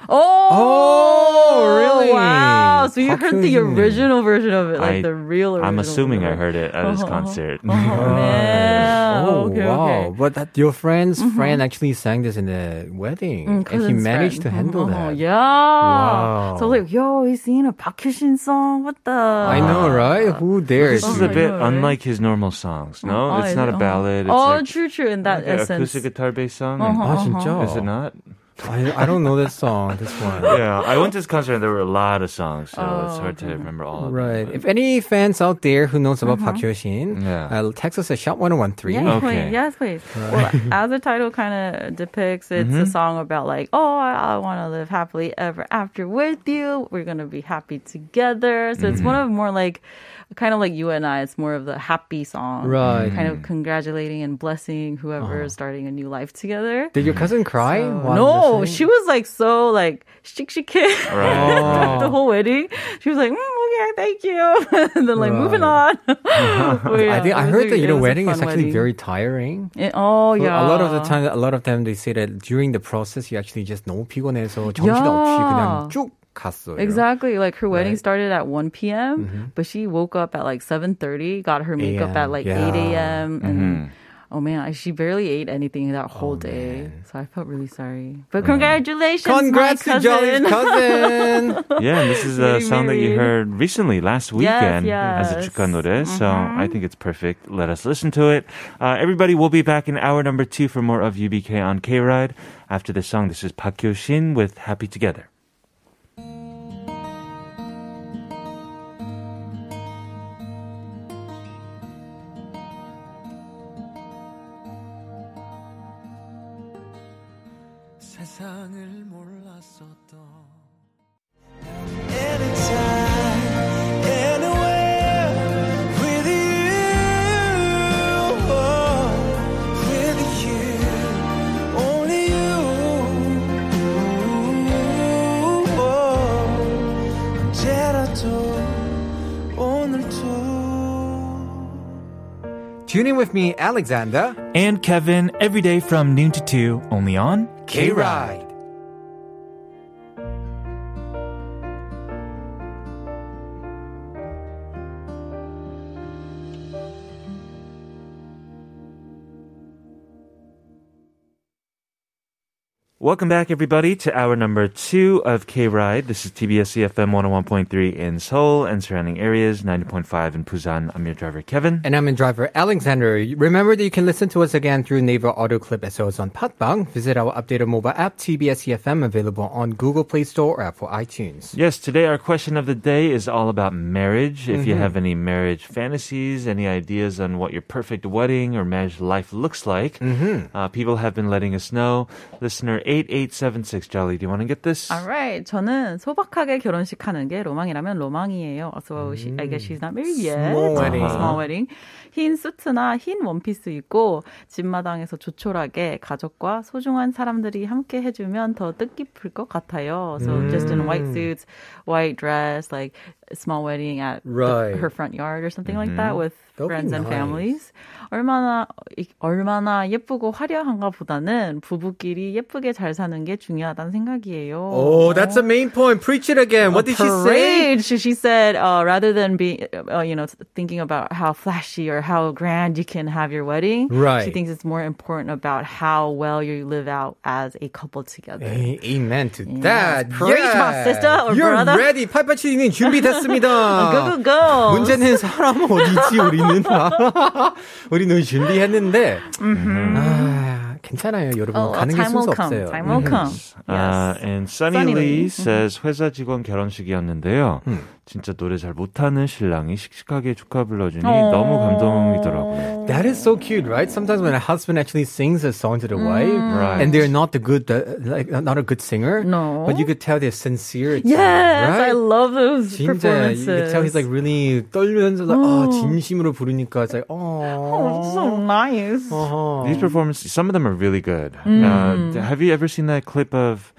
Speaker 4: Oh,
Speaker 2: Oh, really?
Speaker 4: Wow. So you
Speaker 2: Park
Speaker 4: heard the
Speaker 2: Hyo-jin.
Speaker 4: original version of it, like
Speaker 1: I-
Speaker 4: the real original. Uh-huh.
Speaker 1: I'm assuming I
Speaker 4: version.
Speaker 1: heard it at his concert.
Speaker 4: Oh, man.
Speaker 2: Oh,
Speaker 4: okay,
Speaker 2: wow.
Speaker 4: okay. Mm-hmm.
Speaker 2: But that your friend's friend actually sang this in the wedding. and he
Speaker 4: Mm, cousin's
Speaker 2: managed to
Speaker 4: friend.
Speaker 2: handle
Speaker 4: Uh-huh,
Speaker 2: that.
Speaker 4: Yeah. So like, yo, he's singing a Park Hyo-shin song. What the?
Speaker 2: I know, right? Who dares?
Speaker 1: This is
Speaker 4: Oh
Speaker 1: a
Speaker 4: my
Speaker 1: bit
Speaker 4: God, right?
Speaker 1: unlike his normal songs. No,
Speaker 4: Oh,
Speaker 1: it's
Speaker 4: is
Speaker 1: not
Speaker 4: it?
Speaker 1: a ballad. It's
Speaker 4: oh,
Speaker 1: like,
Speaker 4: true, true. In that
Speaker 1: like an
Speaker 4: essence. Uh-huh,
Speaker 1: acoustic guitar based song.
Speaker 2: 아, 진짜?
Speaker 1: Is it not?
Speaker 2: I, I don't know this song, this one.
Speaker 1: Yeah, I went to his concert and there were a lot of songs, so it's
Speaker 4: Oh,
Speaker 1: hard to remember all of
Speaker 2: Right. If any fans out there who knows about Park Hyo-shin,
Speaker 1: Yeah.
Speaker 2: uh, text us at shop1013.
Speaker 4: Mm-hmm. Yeah,
Speaker 1: Okay.
Speaker 4: please. Yes, please. Well, as the title kind of depicts, it's
Speaker 2: Mm-hmm.
Speaker 4: a song about like, oh, I, I want to live happily ever after with you. We're gonna be happy together. So it's
Speaker 2: Mm-hmm.
Speaker 4: one of more like, kind of like you and I. It's more of the happy song,
Speaker 2: Right. Oh.
Speaker 4: Kind of congratulating and blessing whoever is starting a new life together.
Speaker 2: Did your cousin cry?
Speaker 4: So-
Speaker 2: while
Speaker 4: no,
Speaker 2: listening?
Speaker 4: she was like so like shik shik
Speaker 1: it. Right.
Speaker 2: Oh.
Speaker 4: the whole wedding. She was like, mm, okay, thank you, and then like moving on.
Speaker 2: I think I heard that you know wedding is actually very
Speaker 4: very.
Speaker 2: tiring.
Speaker 4: It- oh yeah.
Speaker 2: A lot of the time, a lot of them they say that during the process you actually just 너무 피곤해서 정신없이
Speaker 4: Yeah.
Speaker 2: 그냥 쭉 갔어요.
Speaker 4: Exactly. Like her wedding
Speaker 2: Right. Mm-hmm.
Speaker 4: started at 1 p.m., but she woke up at like 7:30, got her makeup
Speaker 2: AM,
Speaker 4: at like
Speaker 2: yeah.
Speaker 4: 8 a.m. and Oh man, I, she barely ate anything that whole
Speaker 2: Oh,
Speaker 4: day, so I felt really sorry. But congratulations, my
Speaker 2: Congrats to Jolly's
Speaker 4: cousin.
Speaker 2: cousin.
Speaker 1: Yeah, and this is a
Speaker 4: Really
Speaker 1: song that you
Speaker 4: married.
Speaker 1: heard recently last weekend as a
Speaker 4: yes. Mm-hmm.
Speaker 1: chukka nore, so I think it's perfect. Let us listen to it. Uh, everybody, we'll be back in hour number two for more of UBK on K Ride. After this song, this is Park Kyo Shin with Happy Together.
Speaker 2: Tune in with me, Alexander.
Speaker 1: And Kevin, every day from noon to two, only on
Speaker 2: K Ride.
Speaker 1: Welcome back, everybody, to hour number two of K Ride. This is TBS EFM 101.3 in Seoul and surrounding areas, 90.5 in Busan. I'm your driver, Kevin.
Speaker 2: And I'm in driver Alexander. Remember that you can listen to us again through Naver Auto Clip as well as on Patbang. Visit our updated mobile app, TBS EFM, E available on Google Play Store or Apple iTunes.
Speaker 1: Yes, today our question of the day is all about marriage. If you have any marriage fantasies, any ideas on what your perfect wedding or marriage life looks like, uh, people have been letting us know. Listener 8876, Jolly, do you want to get this?
Speaker 4: Alright, 저는 소박하게 결혼식 하는 게 로망이라면 로망이에요. So she, I guess she's not married yet.
Speaker 2: 음. Small wedding.
Speaker 4: Small wedding. 흰 수트나 흰 원피스 입고 집마당에서 조촐하게 가족과 소중한 사람들이 함께 해주면 더 뜻깊을 것 같아요. So
Speaker 2: 음.
Speaker 4: just in white suits, white dress, like small wedding at the-
Speaker 2: Right.
Speaker 4: her front yard or something like that with
Speaker 2: That'll be
Speaker 4: friends and
Speaker 2: nice.
Speaker 4: families. 얼마나 이- 얼마나 예쁘고 화려한가보다는 부부끼리 예쁘게 잘 사는 게 중요하다는 생각이에요.
Speaker 2: Oh, that's the main point. Preach it again. What did she say?
Speaker 4: Parade. She, she said, uh, rather than be, uh, you know, thinking about how flashy or how grand you can have your wedding,
Speaker 2: Right.
Speaker 4: she thinks it's more important about how well you live out as a couple together.
Speaker 2: A- Amen to
Speaker 4: Yes.
Speaker 2: that.
Speaker 4: Preach, my
Speaker 2: Yeah.
Speaker 4: sister or
Speaker 2: You're
Speaker 4: brother.
Speaker 2: ready. 팔팔칠이님 준비됐습니다.
Speaker 4: go, go, go.
Speaker 2: 문제는 사람 어디지 우리는 우리는 준비했는데 아, 괜찮아요 여러분
Speaker 4: Oh,
Speaker 2: 가는 게
Speaker 4: time will
Speaker 2: 순서
Speaker 4: come.
Speaker 2: 없어요.
Speaker 4: Time will come.
Speaker 1: Uh, and Sunny,
Speaker 4: Sunny
Speaker 1: Lee
Speaker 4: Lee.
Speaker 1: says 회사 직원 결혼식이었는데요.
Speaker 2: 음.
Speaker 1: 진짜 노래 잘 못하는 신랑이 씩씩하게 축하 불러주니
Speaker 4: 어.
Speaker 1: 너무 감동이더라고요.
Speaker 2: That is so cute, right? Sometimes when a husband actually sings a song to the wife,
Speaker 4: Mm.
Speaker 1: Right.
Speaker 2: and they're not the good, uh, like not a good singer,
Speaker 4: No.
Speaker 2: but you could tell they're sincere.
Speaker 4: Yes, I
Speaker 2: right?
Speaker 4: love
Speaker 2: 진짜
Speaker 4: those
Speaker 2: you
Speaker 4: performances.
Speaker 2: could tell he's like really 떨면서 like 아 진심으로 부르니까 it's like
Speaker 4: oh,
Speaker 2: oh.
Speaker 4: it's so nice.
Speaker 2: 어.
Speaker 1: These performances, some of them are really good.
Speaker 4: 음.
Speaker 1: Uh, have you ever seen that clip of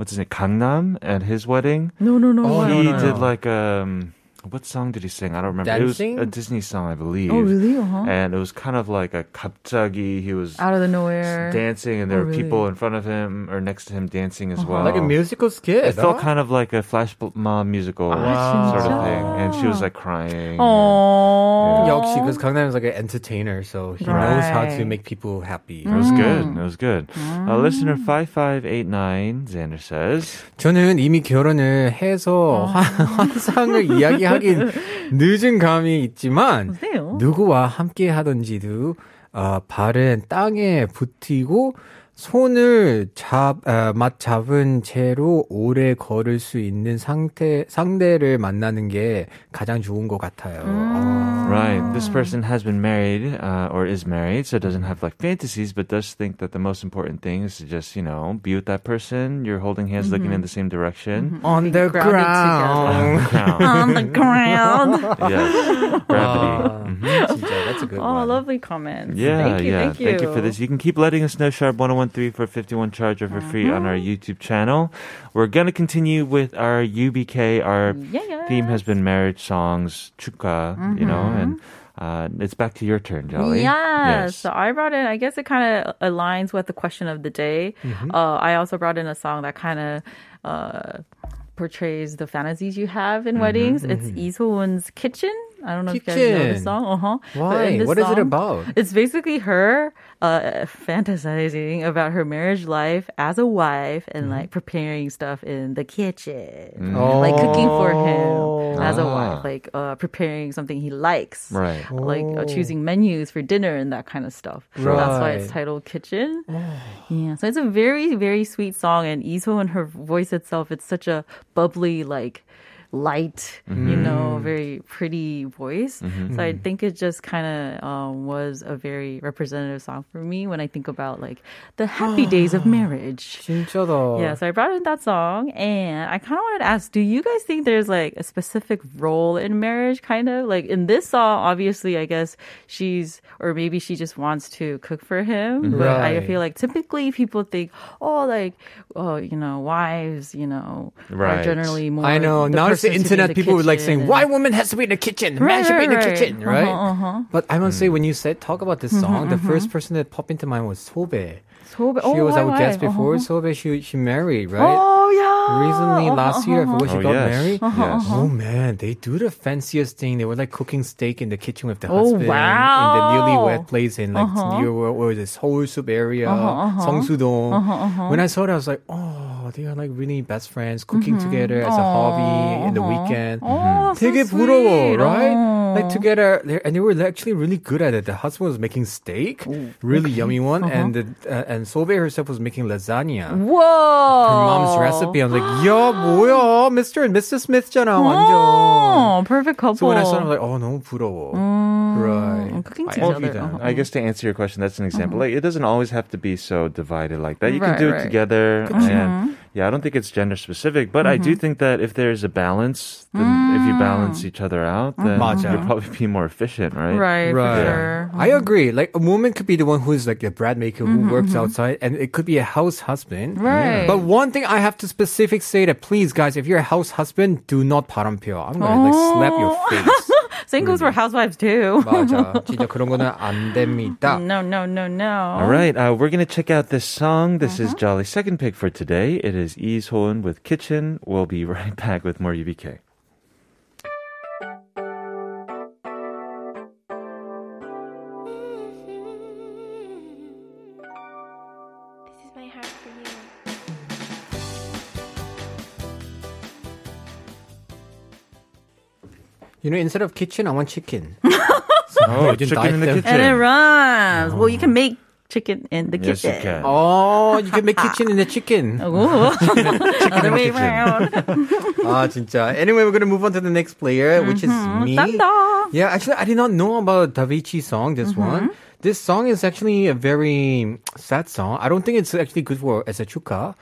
Speaker 1: what's his name, Gangnam at his wedding?
Speaker 4: No, no, no.
Speaker 2: Oh,
Speaker 4: why?
Speaker 1: he
Speaker 2: no, no,
Speaker 1: did
Speaker 2: no.
Speaker 1: like um what song did he sing? I don't remember. It
Speaker 2: Dancing?
Speaker 1: was a Disney song, I believe.
Speaker 4: Oh, really? Uh-huh.
Speaker 1: And it was kind of like a kapchagi. He was
Speaker 4: Out of the nowhere.
Speaker 1: dancing, and there were
Speaker 4: Oh, really? Uh-huh.
Speaker 1: people in front of him or next to him dancing as well.
Speaker 2: Like a musical skit.
Speaker 1: It felt
Speaker 2: huh?
Speaker 1: kind of like a flash mob musical sort of thing, and she was like crying.
Speaker 4: Oh.
Speaker 2: 역시 because Gangnam is like an entertainer, so he knows how to
Speaker 4: Right. Mm.
Speaker 2: make people happy.
Speaker 1: It was good. It was good. Uh, listener five five eight nine Xander says.
Speaker 2: 저는 이미 결혼을 해서
Speaker 4: 아.
Speaker 2: 환상을 이야기하긴 늦은 감이 있지만
Speaker 4: 보세요.
Speaker 2: 누구와 함께 하던지도 어, 발은 땅에 붙이고 손을 잡, 어, 맞 잡은 채로 오래 걸을 수 있는 상태, 상대를 만나는 게 가장 좋은 것 같아요.
Speaker 4: 음,
Speaker 2: 아.
Speaker 1: Right. This person has been married uh, or is married, so doesn't have like fantasies, but does think that the most important thing is to just, you know, be with that person. You're holding hands, looking in the same
Speaker 4: 그
Speaker 1: direction.
Speaker 2: On the 아. ground.
Speaker 4: grounded
Speaker 1: Crown.
Speaker 4: On the ground.
Speaker 1: yes. Gravity.
Speaker 2: 아, 진짜, that's a good
Speaker 4: Oh,
Speaker 2: one.
Speaker 4: lovely comments.
Speaker 1: Yeah,
Speaker 4: thank you,
Speaker 1: yeah.
Speaker 4: Thank you.
Speaker 1: for this. You can keep letting us know sharp 1013 for 51 charger for free on our
Speaker 4: Mm-hmm.
Speaker 1: YouTube channel. We're going to continue with our UBK. Our
Speaker 4: Yeah.
Speaker 1: theme has been marriage songs, chukka, you know, and
Speaker 4: Mm-hmm.
Speaker 1: uh, it's back to your turn, Jolly.
Speaker 4: Yeah, so I brought in. I guess it kind of aligns with the question of the day.
Speaker 2: Mm-hmm.
Speaker 4: Uh, I also brought in a song that kind of
Speaker 2: Mm-hmm,
Speaker 4: uh, portrays the fantasies you have in weddings. It's Isoon's Kitchen I don't know if you guys know the
Speaker 2: Kitchen.
Speaker 4: song. Uh-huh. But
Speaker 2: Why?
Speaker 4: in this
Speaker 2: What is it
Speaker 4: song,
Speaker 2: about?
Speaker 4: It's basically her uh, fantasizing about her marriage life as a wife and
Speaker 2: Mm-hmm.
Speaker 4: like preparing stuff in the kitchen. Like cooking for him as a
Speaker 1: Ah.
Speaker 4: wife, like uh, preparing something he likes.
Speaker 1: Right.
Speaker 4: Like uh, choosing menus for dinner and that kind of stuff. So that's why it's titled Kitchen. Yeah, so it's a very, very sweet song, and Iso and her voice itself, it's such a bubbly, like light,
Speaker 1: Mm-hmm.
Speaker 4: you know, very pretty voice. So I think it just kind of um, was a very representative song for me when I think about like the happy days of marriage.
Speaker 2: 진짜다.
Speaker 4: Yeah, so I brought in that song, and I kind of wanted to ask: Do you guys think there's like a specific role in marriage? Kind of like in this song, obviously, I guess she's, or maybe she just wants to cook for him. But I
Speaker 2: Right.
Speaker 4: feel like typically people think, oh, like, oh, you know, wives, you know,
Speaker 1: Right.
Speaker 4: are generally more.
Speaker 2: I know.
Speaker 4: the
Speaker 2: Now it's the
Speaker 4: person to be in
Speaker 2: internet. people would like saying,
Speaker 4: kitchen and-
Speaker 2: "Why woman has to be in the kitchen? Man
Speaker 4: Right,
Speaker 2: should be in the
Speaker 4: right, right.
Speaker 2: kitchen, right?"
Speaker 4: Uh-huh, uh-huh. Mm-hmm,
Speaker 2: But I must say, when you said talk about this song, the first person that popped into mind was Sobe.
Speaker 4: Sobe-
Speaker 2: She
Speaker 4: oh,
Speaker 2: was
Speaker 4: why,
Speaker 2: our guest
Speaker 4: why?
Speaker 2: before.
Speaker 4: Uh-huh.
Speaker 2: Sobe, she she married, right?
Speaker 4: Oh uh-huh, yeah.
Speaker 2: Recently, last Hmm. year, I forgot she
Speaker 1: Oh,
Speaker 2: got
Speaker 1: yes.
Speaker 2: married.
Speaker 1: Yes.
Speaker 4: uh-huh.
Speaker 2: Oh man, they do the fanciest thing. They were like cooking steak in the kitchen with the
Speaker 4: Oh,
Speaker 2: husband in the
Speaker 4: wow. Uh-huh.
Speaker 2: newlywed place in like near where, where this Seoul Soup area, Seongsu-dong.
Speaker 4: Uh-huh,
Speaker 2: When I saw that, I was like, oh, they are like really best friends, cooking together as a hobby in the weekend.
Speaker 4: Mm-hmm. uh-huh. Oh, so
Speaker 2: 되게
Speaker 4: sweet.
Speaker 2: 부러워, right?
Speaker 4: Oh.
Speaker 2: Like together, they're- and they were actually really good at it. The husband was making steak, really yummy one,
Speaker 4: Uh-huh.
Speaker 2: and the, uh, and Sobe herself was making lasagna.
Speaker 4: Whoa.
Speaker 2: Her mom's recipe. I was like, 야 뭐야, Mr. and Mrs. Smith잖아, 완전.
Speaker 4: Oh, perfect couple.
Speaker 2: So when I saw it, I was like, oh, 너무 부러워. right.
Speaker 4: cooking
Speaker 2: I
Speaker 4: together.
Speaker 2: envy them.
Speaker 1: I guess to answer your question, that's an example. Like, it doesn't always have to be so divided like that. You
Speaker 4: Mm-hmm. Right,
Speaker 1: can do it
Speaker 4: right.
Speaker 1: together. And, yeah, I don't think it's gender specific, but I do
Speaker 4: Mm-hmm.
Speaker 1: think that if there's a balance, then if you balance each other out, then
Speaker 2: 맞아.
Speaker 1: you'll probably be more efficient, right?
Speaker 4: Mm. Mm-hmm. Right,
Speaker 2: Right.
Speaker 4: for sure.
Speaker 2: I agree. Like a woman could be the one who's like the bread maker who works outside, and it could be a house husband.
Speaker 4: Mm-hmm, Right.
Speaker 2: But one thing I have to specific say that please, guys, if you're a house husband, do not 바람피워. I'm gonna like
Speaker 4: Oh.
Speaker 2: slap your face.
Speaker 4: Same goes for housewives too.
Speaker 2: 맞아. 진짜 그런 거는 안 됩니다.
Speaker 4: No, no, no, no.
Speaker 1: All right, uh, we're going to check out this song. This is
Speaker 4: Uh-huh.
Speaker 1: Jolly's second pick for today. It is Ease Hoon with Kitchen. We'll be right back with more UBK.
Speaker 5: This is my heart for you.
Speaker 2: You know, instead of kitchen, I want chicken.
Speaker 1: Oh,
Speaker 2: 요즘
Speaker 1: chicken in the
Speaker 2: 나이트.
Speaker 1: kitchen.
Speaker 4: And it rhymes. Well, you can make chicken in the
Speaker 1: Oh. Yes,
Speaker 4: kitchen.
Speaker 1: you can.
Speaker 2: oh, you can make kitchen in the chicken.
Speaker 4: Ooh. Other way around.
Speaker 2: Ah, 진짜. Anyway, we're gonna move on to the next player, which is me.
Speaker 4: Dun-dun.
Speaker 2: Yeah, actually, I did not know about Davichi's song. This one. This song is actually a very sad song. I don't think it's actually good for as a chuka,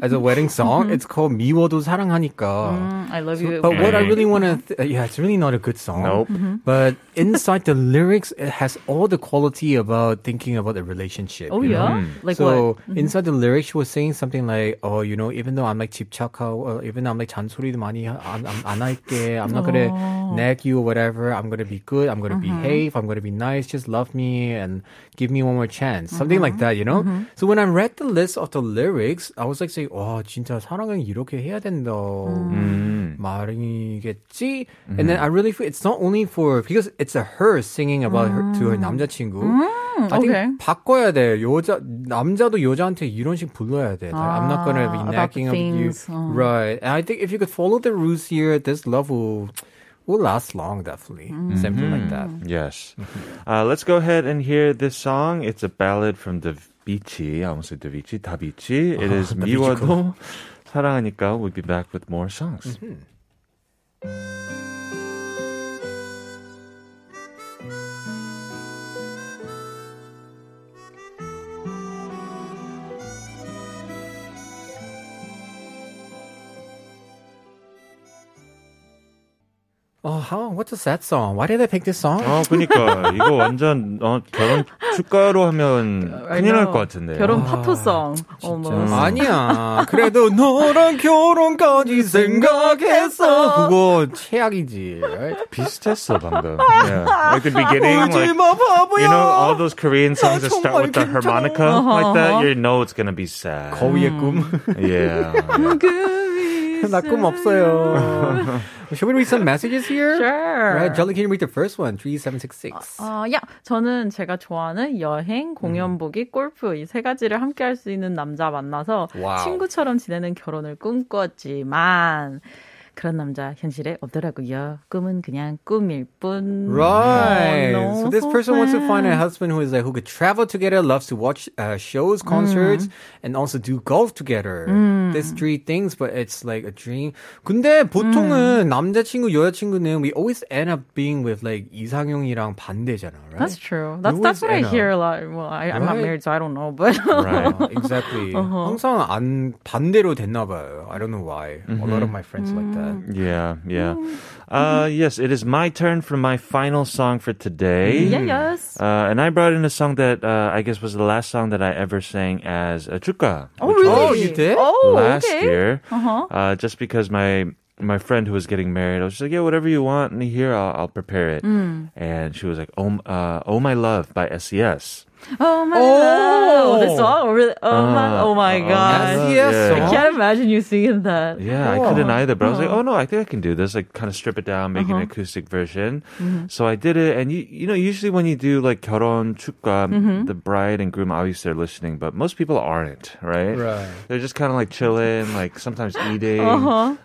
Speaker 2: as a wedding song. It's called 미워도 사랑하니까.
Speaker 4: I love you.
Speaker 2: But what I
Speaker 1: Mm.
Speaker 2: really want to, th- yeah, it's really not a good song.
Speaker 1: Nope.
Speaker 2: But inside the lyrics, it has all the quality about thinking about the relationship.
Speaker 4: oh
Speaker 2: you know?
Speaker 1: Mm.
Speaker 4: yeah. Like
Speaker 2: so
Speaker 4: what? Mm-hmm.
Speaker 2: inside the lyrics, she was saying something like, "Oh, you know, even though I'm like 집착하고, uh, even though I'm like 잔소리도 많이 하- 안, 안, 안 할게, I'm not gonna
Speaker 4: Oh.
Speaker 2: nag you or whatever. I'm gonna be good. I'm gonna
Speaker 4: Uh-huh.
Speaker 2: behave. I'm gonna be nice. Just love me and give me one more chance. Something like
Speaker 4: Uh-huh.
Speaker 2: that, you know.
Speaker 4: Mm-hmm.
Speaker 2: So when I read the list of the lyrics, I was like saying, "Oh, 진짜 사랑은 이렇게 해야 된다." 말이겠지? And then I really feel it's not only for because it's a her singing about her to her 남자친구. I think
Speaker 4: 음. okay.
Speaker 2: 바꿔야 돼. 여자 남자도 여자한테 이런 식 불러야 돼. Like, I'm not gonna be
Speaker 4: Ah, about
Speaker 2: nagging
Speaker 4: the
Speaker 2: of you,
Speaker 4: things. Oh.
Speaker 2: right? And I think if you could follow the rules here, this love will will last long, definitely.
Speaker 4: 음.
Speaker 2: Something like that.
Speaker 1: Yes. Uh, let's go ahead and hear this song. It's a ballad from Davichi. I almost said Davichi. Davichi.
Speaker 4: Oh,
Speaker 1: It is
Speaker 2: Davichi
Speaker 1: 미워도 사랑하니까. We'll be back with more songs.
Speaker 4: Mm-hmm.
Speaker 2: Oh, how? What's a sad song? Why did I pick this song?
Speaker 1: 어, 그니까 이거 완전 어, 결혼 축가로 하면
Speaker 4: I
Speaker 1: 큰일 날
Speaker 4: know.
Speaker 1: 것 같은데.
Speaker 4: 결혼 파토 song almost.
Speaker 2: 아니야. 그래도 너랑 결혼까지 생각했어. 그거 최악이지. Right?
Speaker 1: 비슷했어 방금. Yeah. Like the beginning, like
Speaker 2: 마, 바보야.
Speaker 1: you know, all those Korean songs that start with the harmonica like that. You know it's gonna be sad.
Speaker 2: 거위의 꿈.
Speaker 1: Yeah.
Speaker 2: 음. 나 꿈 없어요. Should we read some messages here?
Speaker 4: Sure.
Speaker 2: Right, Jelly, can you read the first one? 3766.
Speaker 4: 어, 야, 저는 제가 좋아하는 여행, 공연보기, 골프 이 세 가지를 함께 할 수 있는 남자 만나서
Speaker 2: 음. 와우.
Speaker 4: 친구처럼 지내는 결혼을 꿈꿨지만 그런 남자 현실에 없더라고요. 꿈은 그냥 꿈일 뿐.
Speaker 2: Right.
Speaker 4: Oh, no,
Speaker 2: so this
Speaker 4: so
Speaker 2: person wants to find a
Speaker 4: sad.
Speaker 2: husband who is like who could travel together, loves to watch uh,
Speaker 4: Mm.
Speaker 2: shows, concerts, and also do golf together. These three things, but it's like a dream. 근데
Speaker 4: Mm.
Speaker 2: 보통은 남자친구 여자친구는 we always end up being with like 이상형이랑 반대잖아, right?
Speaker 4: That's true. That's
Speaker 2: You always
Speaker 4: that's what
Speaker 2: end
Speaker 4: I hear
Speaker 2: up.
Speaker 4: a lot. Well, I, I'm not
Speaker 2: Right.
Speaker 4: married, so I don't know, but
Speaker 1: Right.
Speaker 2: Uh, exactly.
Speaker 4: Uh-huh.
Speaker 2: 항상 안 반대로 됐나 봐요. I don't know why. A lot of my friends like that.
Speaker 4: Mm.
Speaker 1: Yeah, yeah. Uh, yes, it is my turn for my final song for today.
Speaker 2: Hmm.
Speaker 4: yeah, yes.
Speaker 1: Uh, and I brought in a song that uh, I guess was the last song that I ever sang as a chuka.
Speaker 4: oh really?
Speaker 2: Oh, you did?
Speaker 4: Oh,
Speaker 1: last
Speaker 4: okay.
Speaker 1: year.
Speaker 4: Uh-huh.
Speaker 1: Uh, just because my my friend who was getting married, I was just like, yeah, whatever you want in here, I'll, I'll prepare it. And she was like, oh, m- uh, oh my love by E SES.
Speaker 4: Oh my
Speaker 2: Oh. Ah.
Speaker 4: god! This song really. Oh my!
Speaker 1: Uh,
Speaker 4: Oh my
Speaker 1: oh
Speaker 4: gosh!
Speaker 1: my
Speaker 2: Yes,
Speaker 1: love.
Speaker 4: I
Speaker 2: song.
Speaker 4: can't imagine you singing that.
Speaker 1: Yeah, I couldn't either, but I was like, oh
Speaker 4: Uh-huh.
Speaker 1: no, I think I can do this. Like, kind of strip it down, make an acoustic version.
Speaker 4: Mm-hmm.
Speaker 1: So I did it, and you you know, usually when you do like 결혼 축가,
Speaker 4: Mm-hmm.
Speaker 1: the bride and groom obviously are listening, but most people aren't, right?
Speaker 2: Right.
Speaker 1: They're just kind of like chilling, like sometimes eating, uh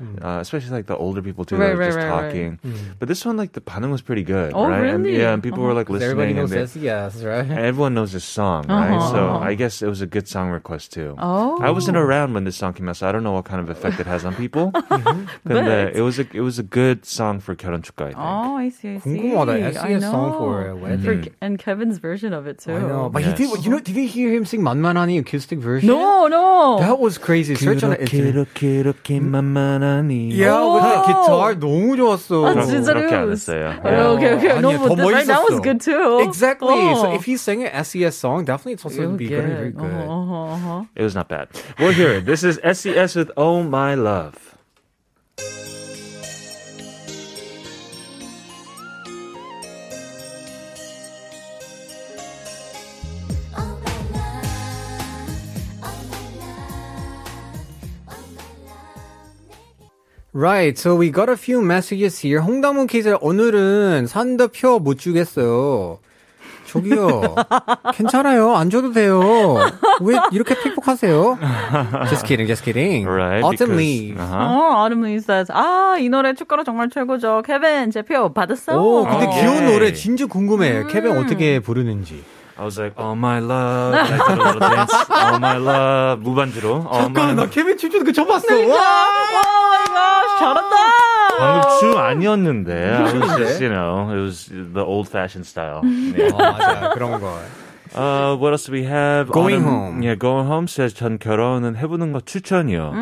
Speaker 1: especially like the older people too,
Speaker 4: Uh-huh. Right,
Speaker 1: that are
Speaker 4: right,
Speaker 1: just
Speaker 4: right, right.
Speaker 1: talking.
Speaker 2: Mm.
Speaker 1: But this one, like the 반응 was pretty good,
Speaker 4: Oh,
Speaker 1: right? And,
Speaker 4: really?
Speaker 1: yeah, and people were like
Speaker 2: Everybody
Speaker 1: listening. and
Speaker 2: knows
Speaker 1: they-
Speaker 2: this, yes, right?
Speaker 1: and everyone knows this song, right?
Speaker 4: Uh-huh.
Speaker 1: So I guess it was a good song request too.
Speaker 4: Oh.
Speaker 1: I wasn't around when this song came out, so I don't know what kind of effect it has on people. but uh,
Speaker 4: But-
Speaker 1: it was a it was a good song for 결혼 축가, I think.
Speaker 4: Oh, I see. I see.
Speaker 2: 네. 궁금하다.
Speaker 4: I
Speaker 2: SES song
Speaker 4: know.
Speaker 2: for a
Speaker 1: Hmm.
Speaker 2: wedding.
Speaker 4: For Ke- and Kevin's version of it
Speaker 2: I
Speaker 4: too.
Speaker 2: know, but he
Speaker 1: Yes.
Speaker 2: did. You know, did you hear him sing "만만하니" acoustic version?
Speaker 4: No, no.
Speaker 2: that was crazy. Search on the internet.
Speaker 1: 이렇게 이렇게 만만하니.
Speaker 2: Yeah, with that
Speaker 4: Oh.
Speaker 2: guitar, 너무
Speaker 1: 그렇-
Speaker 2: 좋았어.
Speaker 4: That's 아, 진짜로.
Speaker 1: 그렇게 안 했어요.
Speaker 4: Oh,
Speaker 1: Yeah.
Speaker 4: okay, okay.
Speaker 2: 아니야,
Speaker 4: No, but
Speaker 2: 더
Speaker 4: this right now
Speaker 2: 멋있었어.
Speaker 4: was good too.
Speaker 2: Exactly. So
Speaker 4: Oh.
Speaker 2: if he sang an SES song, definitely it's also
Speaker 4: It was
Speaker 2: be gonna be very good.
Speaker 4: Uh-huh, uh-huh, uh-huh.
Speaker 1: It was not bad. We'll hear it. This is SES with Oh My Love.
Speaker 2: Right. So we got a few messages here. 홍다문 기자 오늘은 산더 표 못 주겠어요. 저기요. 괜찮아요. 안 줘도 돼요. 왜 이렇게 픽폭하세요? just kidding. Just kidding.
Speaker 1: Right? because-
Speaker 2: Autumn leaves. Oh.
Speaker 1: Uh-huh.
Speaker 4: 어, Autumn Lee says, 아, 이 노래 축가로 정말 최고죠. 케빈, 제표 받았어. 음.
Speaker 2: 오, 근데
Speaker 1: 어.
Speaker 2: 귀여운
Speaker 1: 오케이.
Speaker 2: 노래 진짜 궁금해. 케빈 어떻게 부르는지.
Speaker 1: I was like, Oh My Love. And I did a little dance. Oh My Love. 무반주로. Oh My Love.
Speaker 2: 아, 케빈 춤추는 거 쳐봤어.
Speaker 4: 그러니까. 아, 잘한다.
Speaker 1: 방금 춤 아니었는데. I was just, you know, it was the old fashioned style. Yeah.
Speaker 2: 어, 맞아. 그런 거.
Speaker 1: Uh, what else do we have?
Speaker 2: Going home.
Speaker 1: Yeah, going home says 전 결혼은 해보는 거 추천이요.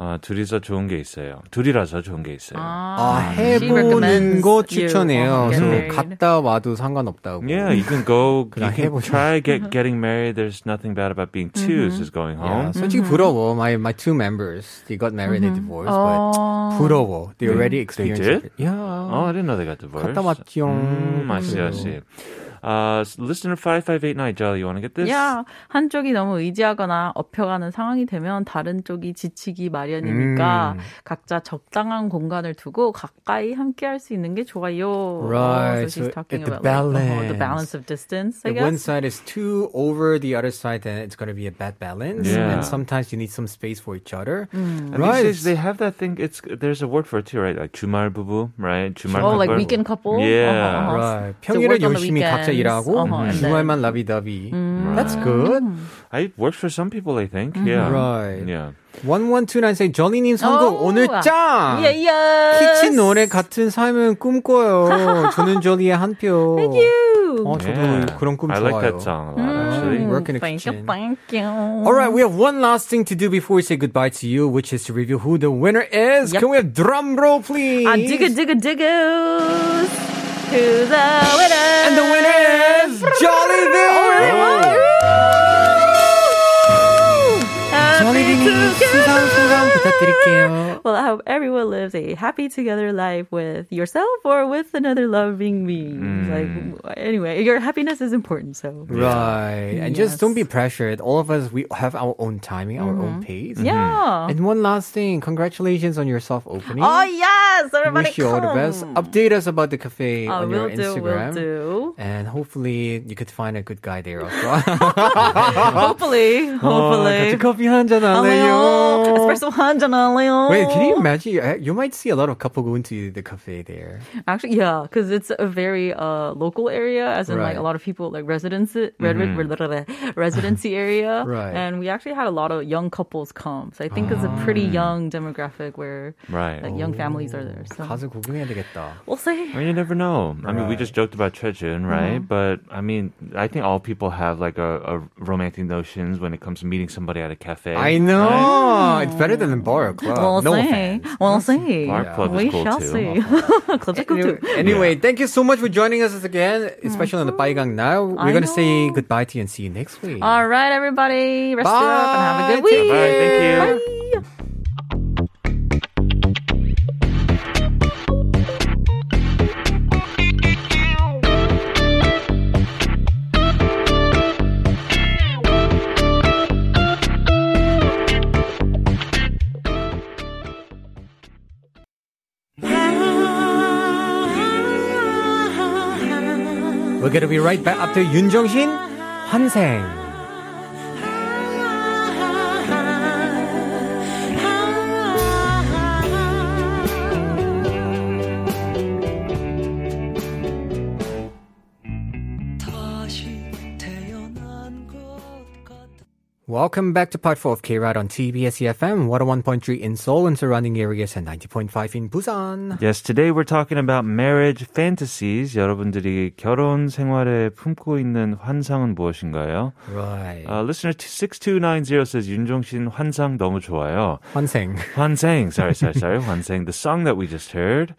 Speaker 1: 아, 둘이서 좋은 게 있어요. 둘이라서 좋은 게 있어요.
Speaker 2: 아,
Speaker 4: She recommends
Speaker 2: 해보는 거
Speaker 4: you 어, 네.
Speaker 2: 추천해요.
Speaker 4: get
Speaker 2: So
Speaker 4: married.
Speaker 2: 갔다 와도 상관없다고.
Speaker 1: Yeah, you can go. you
Speaker 2: 그냥
Speaker 1: can
Speaker 2: 해보자.
Speaker 1: try get getting married. There's nothing bad about being 2
Speaker 4: Mm-hmm.
Speaker 1: Is going
Speaker 2: Yeah,
Speaker 4: 음.
Speaker 1: home.
Speaker 2: 어, 솔직히 부러워. My my two members, they got married and divorced,
Speaker 4: 어.
Speaker 2: but 부러워. They already experienced
Speaker 1: did?
Speaker 2: it. Yeah.
Speaker 1: Oh, I didn't know they got divorced.
Speaker 2: 갔다 왔지요.
Speaker 1: Mm, I see. I see. Uh, s- listener five five eight nine, Jolly, you want to get this?
Speaker 4: 야, 한쪽이 너무 의지하거나 업혀가는 상황이 되면 다른 쪽이 지치기 마련이니까
Speaker 2: 음.
Speaker 4: 각자 적당한 공간을 두고 가까이 함께 할 수 있는 게 좋아요.
Speaker 2: Right,
Speaker 4: So she's
Speaker 2: so
Speaker 4: talking
Speaker 2: at the
Speaker 4: about like, uh-huh, the
Speaker 2: balance.
Speaker 4: balance of distance, I
Speaker 2: If
Speaker 4: guess.
Speaker 2: one side is too over the other side, then it's going to be a bad balance.
Speaker 1: Yeah.
Speaker 2: And sometimes you need some space for each other.
Speaker 4: 음.
Speaker 1: And
Speaker 2: Right.
Speaker 1: these days they have that thing. It's there's a word for it too, right? Like 주말 부부, right? 주말
Speaker 4: Oh, like
Speaker 1: couple.
Speaker 4: weekend couple?
Speaker 1: Yeah.
Speaker 4: Uh-huh.
Speaker 2: right.
Speaker 4: So
Speaker 2: 평일에
Speaker 4: work on the
Speaker 2: 열심히 각자
Speaker 4: weekends.
Speaker 2: 일하고
Speaker 4: Uh-huh, and then- 음.
Speaker 2: 주말만 라비다비. That's good.
Speaker 1: I works for some people, I think. Yeah.
Speaker 2: Mm-hmm. Right.
Speaker 1: Yeah.
Speaker 2: 1129 say 정리님 선곡
Speaker 4: Oh.
Speaker 2: 오늘 짱!
Speaker 4: Yeah, yeah.
Speaker 2: 키친 노래 같은 삶은 꿈꿔요. 저는 저리의 한 표. Thank you. 어, 저도 그런 꿈
Speaker 1: I
Speaker 2: 좋아요.
Speaker 1: like that song a lot, actually.
Speaker 2: Work in a
Speaker 4: 음, Thank you,
Speaker 2: kitchen.
Speaker 4: thank you.
Speaker 2: All right, we have one last thing to do before we say goodbye to you, which is to reveal who the winner is.
Speaker 4: Yep.
Speaker 2: Can we have drum roll, please?
Speaker 4: 아, digga, digga, diggas. To the winner.
Speaker 2: And the winner is Jolly
Speaker 4: Oh, really?
Speaker 2: Bean.
Speaker 4: Happy
Speaker 2: Johnny Vinny. 수상 수상 부탁드릴게요.
Speaker 4: Well, I hope everyone lives a happy together life with yourself or with another loving me.
Speaker 2: Mm.
Speaker 4: Like anyway, your happiness is important. So
Speaker 2: Right. And just don't be pressured. All of us, we have our own timing, our own pace.
Speaker 4: Mm-hmm. yeah.
Speaker 2: And one last thing, congratulations on your soft opening.
Speaker 4: Oh yes, everybody
Speaker 2: Wish you all the best.
Speaker 4: come.
Speaker 2: Update us about the cafe
Speaker 4: Oh,
Speaker 2: on your
Speaker 4: will do, will
Speaker 2: Instagram.
Speaker 4: do.
Speaker 2: And hopefully you could find a good guy there also. Oh,
Speaker 4: Hopefully, hopefully.
Speaker 2: 같이 커피 한잔
Speaker 4: 할래요.
Speaker 2: 할래요.
Speaker 4: Espresso 한잔 할래요.
Speaker 2: Wait, can you imagine? You- You might see a lot of couple going to the cafe there.
Speaker 4: Actually, yeah, because it's a very uh, local area, as in like
Speaker 2: Right. Mm-hmm.
Speaker 4: a lot of people like residence red, residency area.
Speaker 2: Right.
Speaker 4: And we actually had a lot of young couples come, so I think it's a pretty
Speaker 2: Ah.
Speaker 4: young demographic where
Speaker 1: Right.
Speaker 4: like young families are there. So
Speaker 2: 가서 구경해야 되겠다.
Speaker 4: we'll see.
Speaker 1: I mean, you never know. I mean, we just joked about
Speaker 2: Mm-hmm.
Speaker 1: Chejun, right? But I mean, I think all people have like a, a romantic notions when it comes to meeting somebody at a cafe.
Speaker 2: I know.
Speaker 1: right?
Speaker 2: It's better than a bar or club.
Speaker 4: We'll
Speaker 2: no
Speaker 4: see.
Speaker 2: offense.
Speaker 4: We'll see.
Speaker 1: Bar club is
Speaker 4: we
Speaker 1: cool
Speaker 4: shall
Speaker 1: too.
Speaker 4: see. Clubs are cool
Speaker 2: Anyway,
Speaker 4: too.
Speaker 2: anyway, thank you so much for joining us again, especially on the Baigang now. We're
Speaker 4: I
Speaker 2: going to say
Speaker 4: know. Uh,
Speaker 2: goodbye to you and see you next week.
Speaker 4: All right, everybody, rest up and have a good
Speaker 2: Bye.
Speaker 4: week.
Speaker 1: All right, thank you.
Speaker 4: Bye.
Speaker 2: We're going to be right back after Yun Jong-shin, 환생. Welcome back to part 4 of K-Ride on TBS EFM, 101.3 in Seoul and surrounding areas and 90.5 in Busan.
Speaker 1: Yes, today we're talking about marriage fantasies. 여러분들이 결혼 생활에 품고 있는 환상은 무엇인가요?
Speaker 2: Right.
Speaker 1: Uh, listener 6290 says 윤종신 환상 너무 좋아요.
Speaker 2: 환생.
Speaker 1: 환생, sorry, sorry, sorry, 환생. The song that we just heard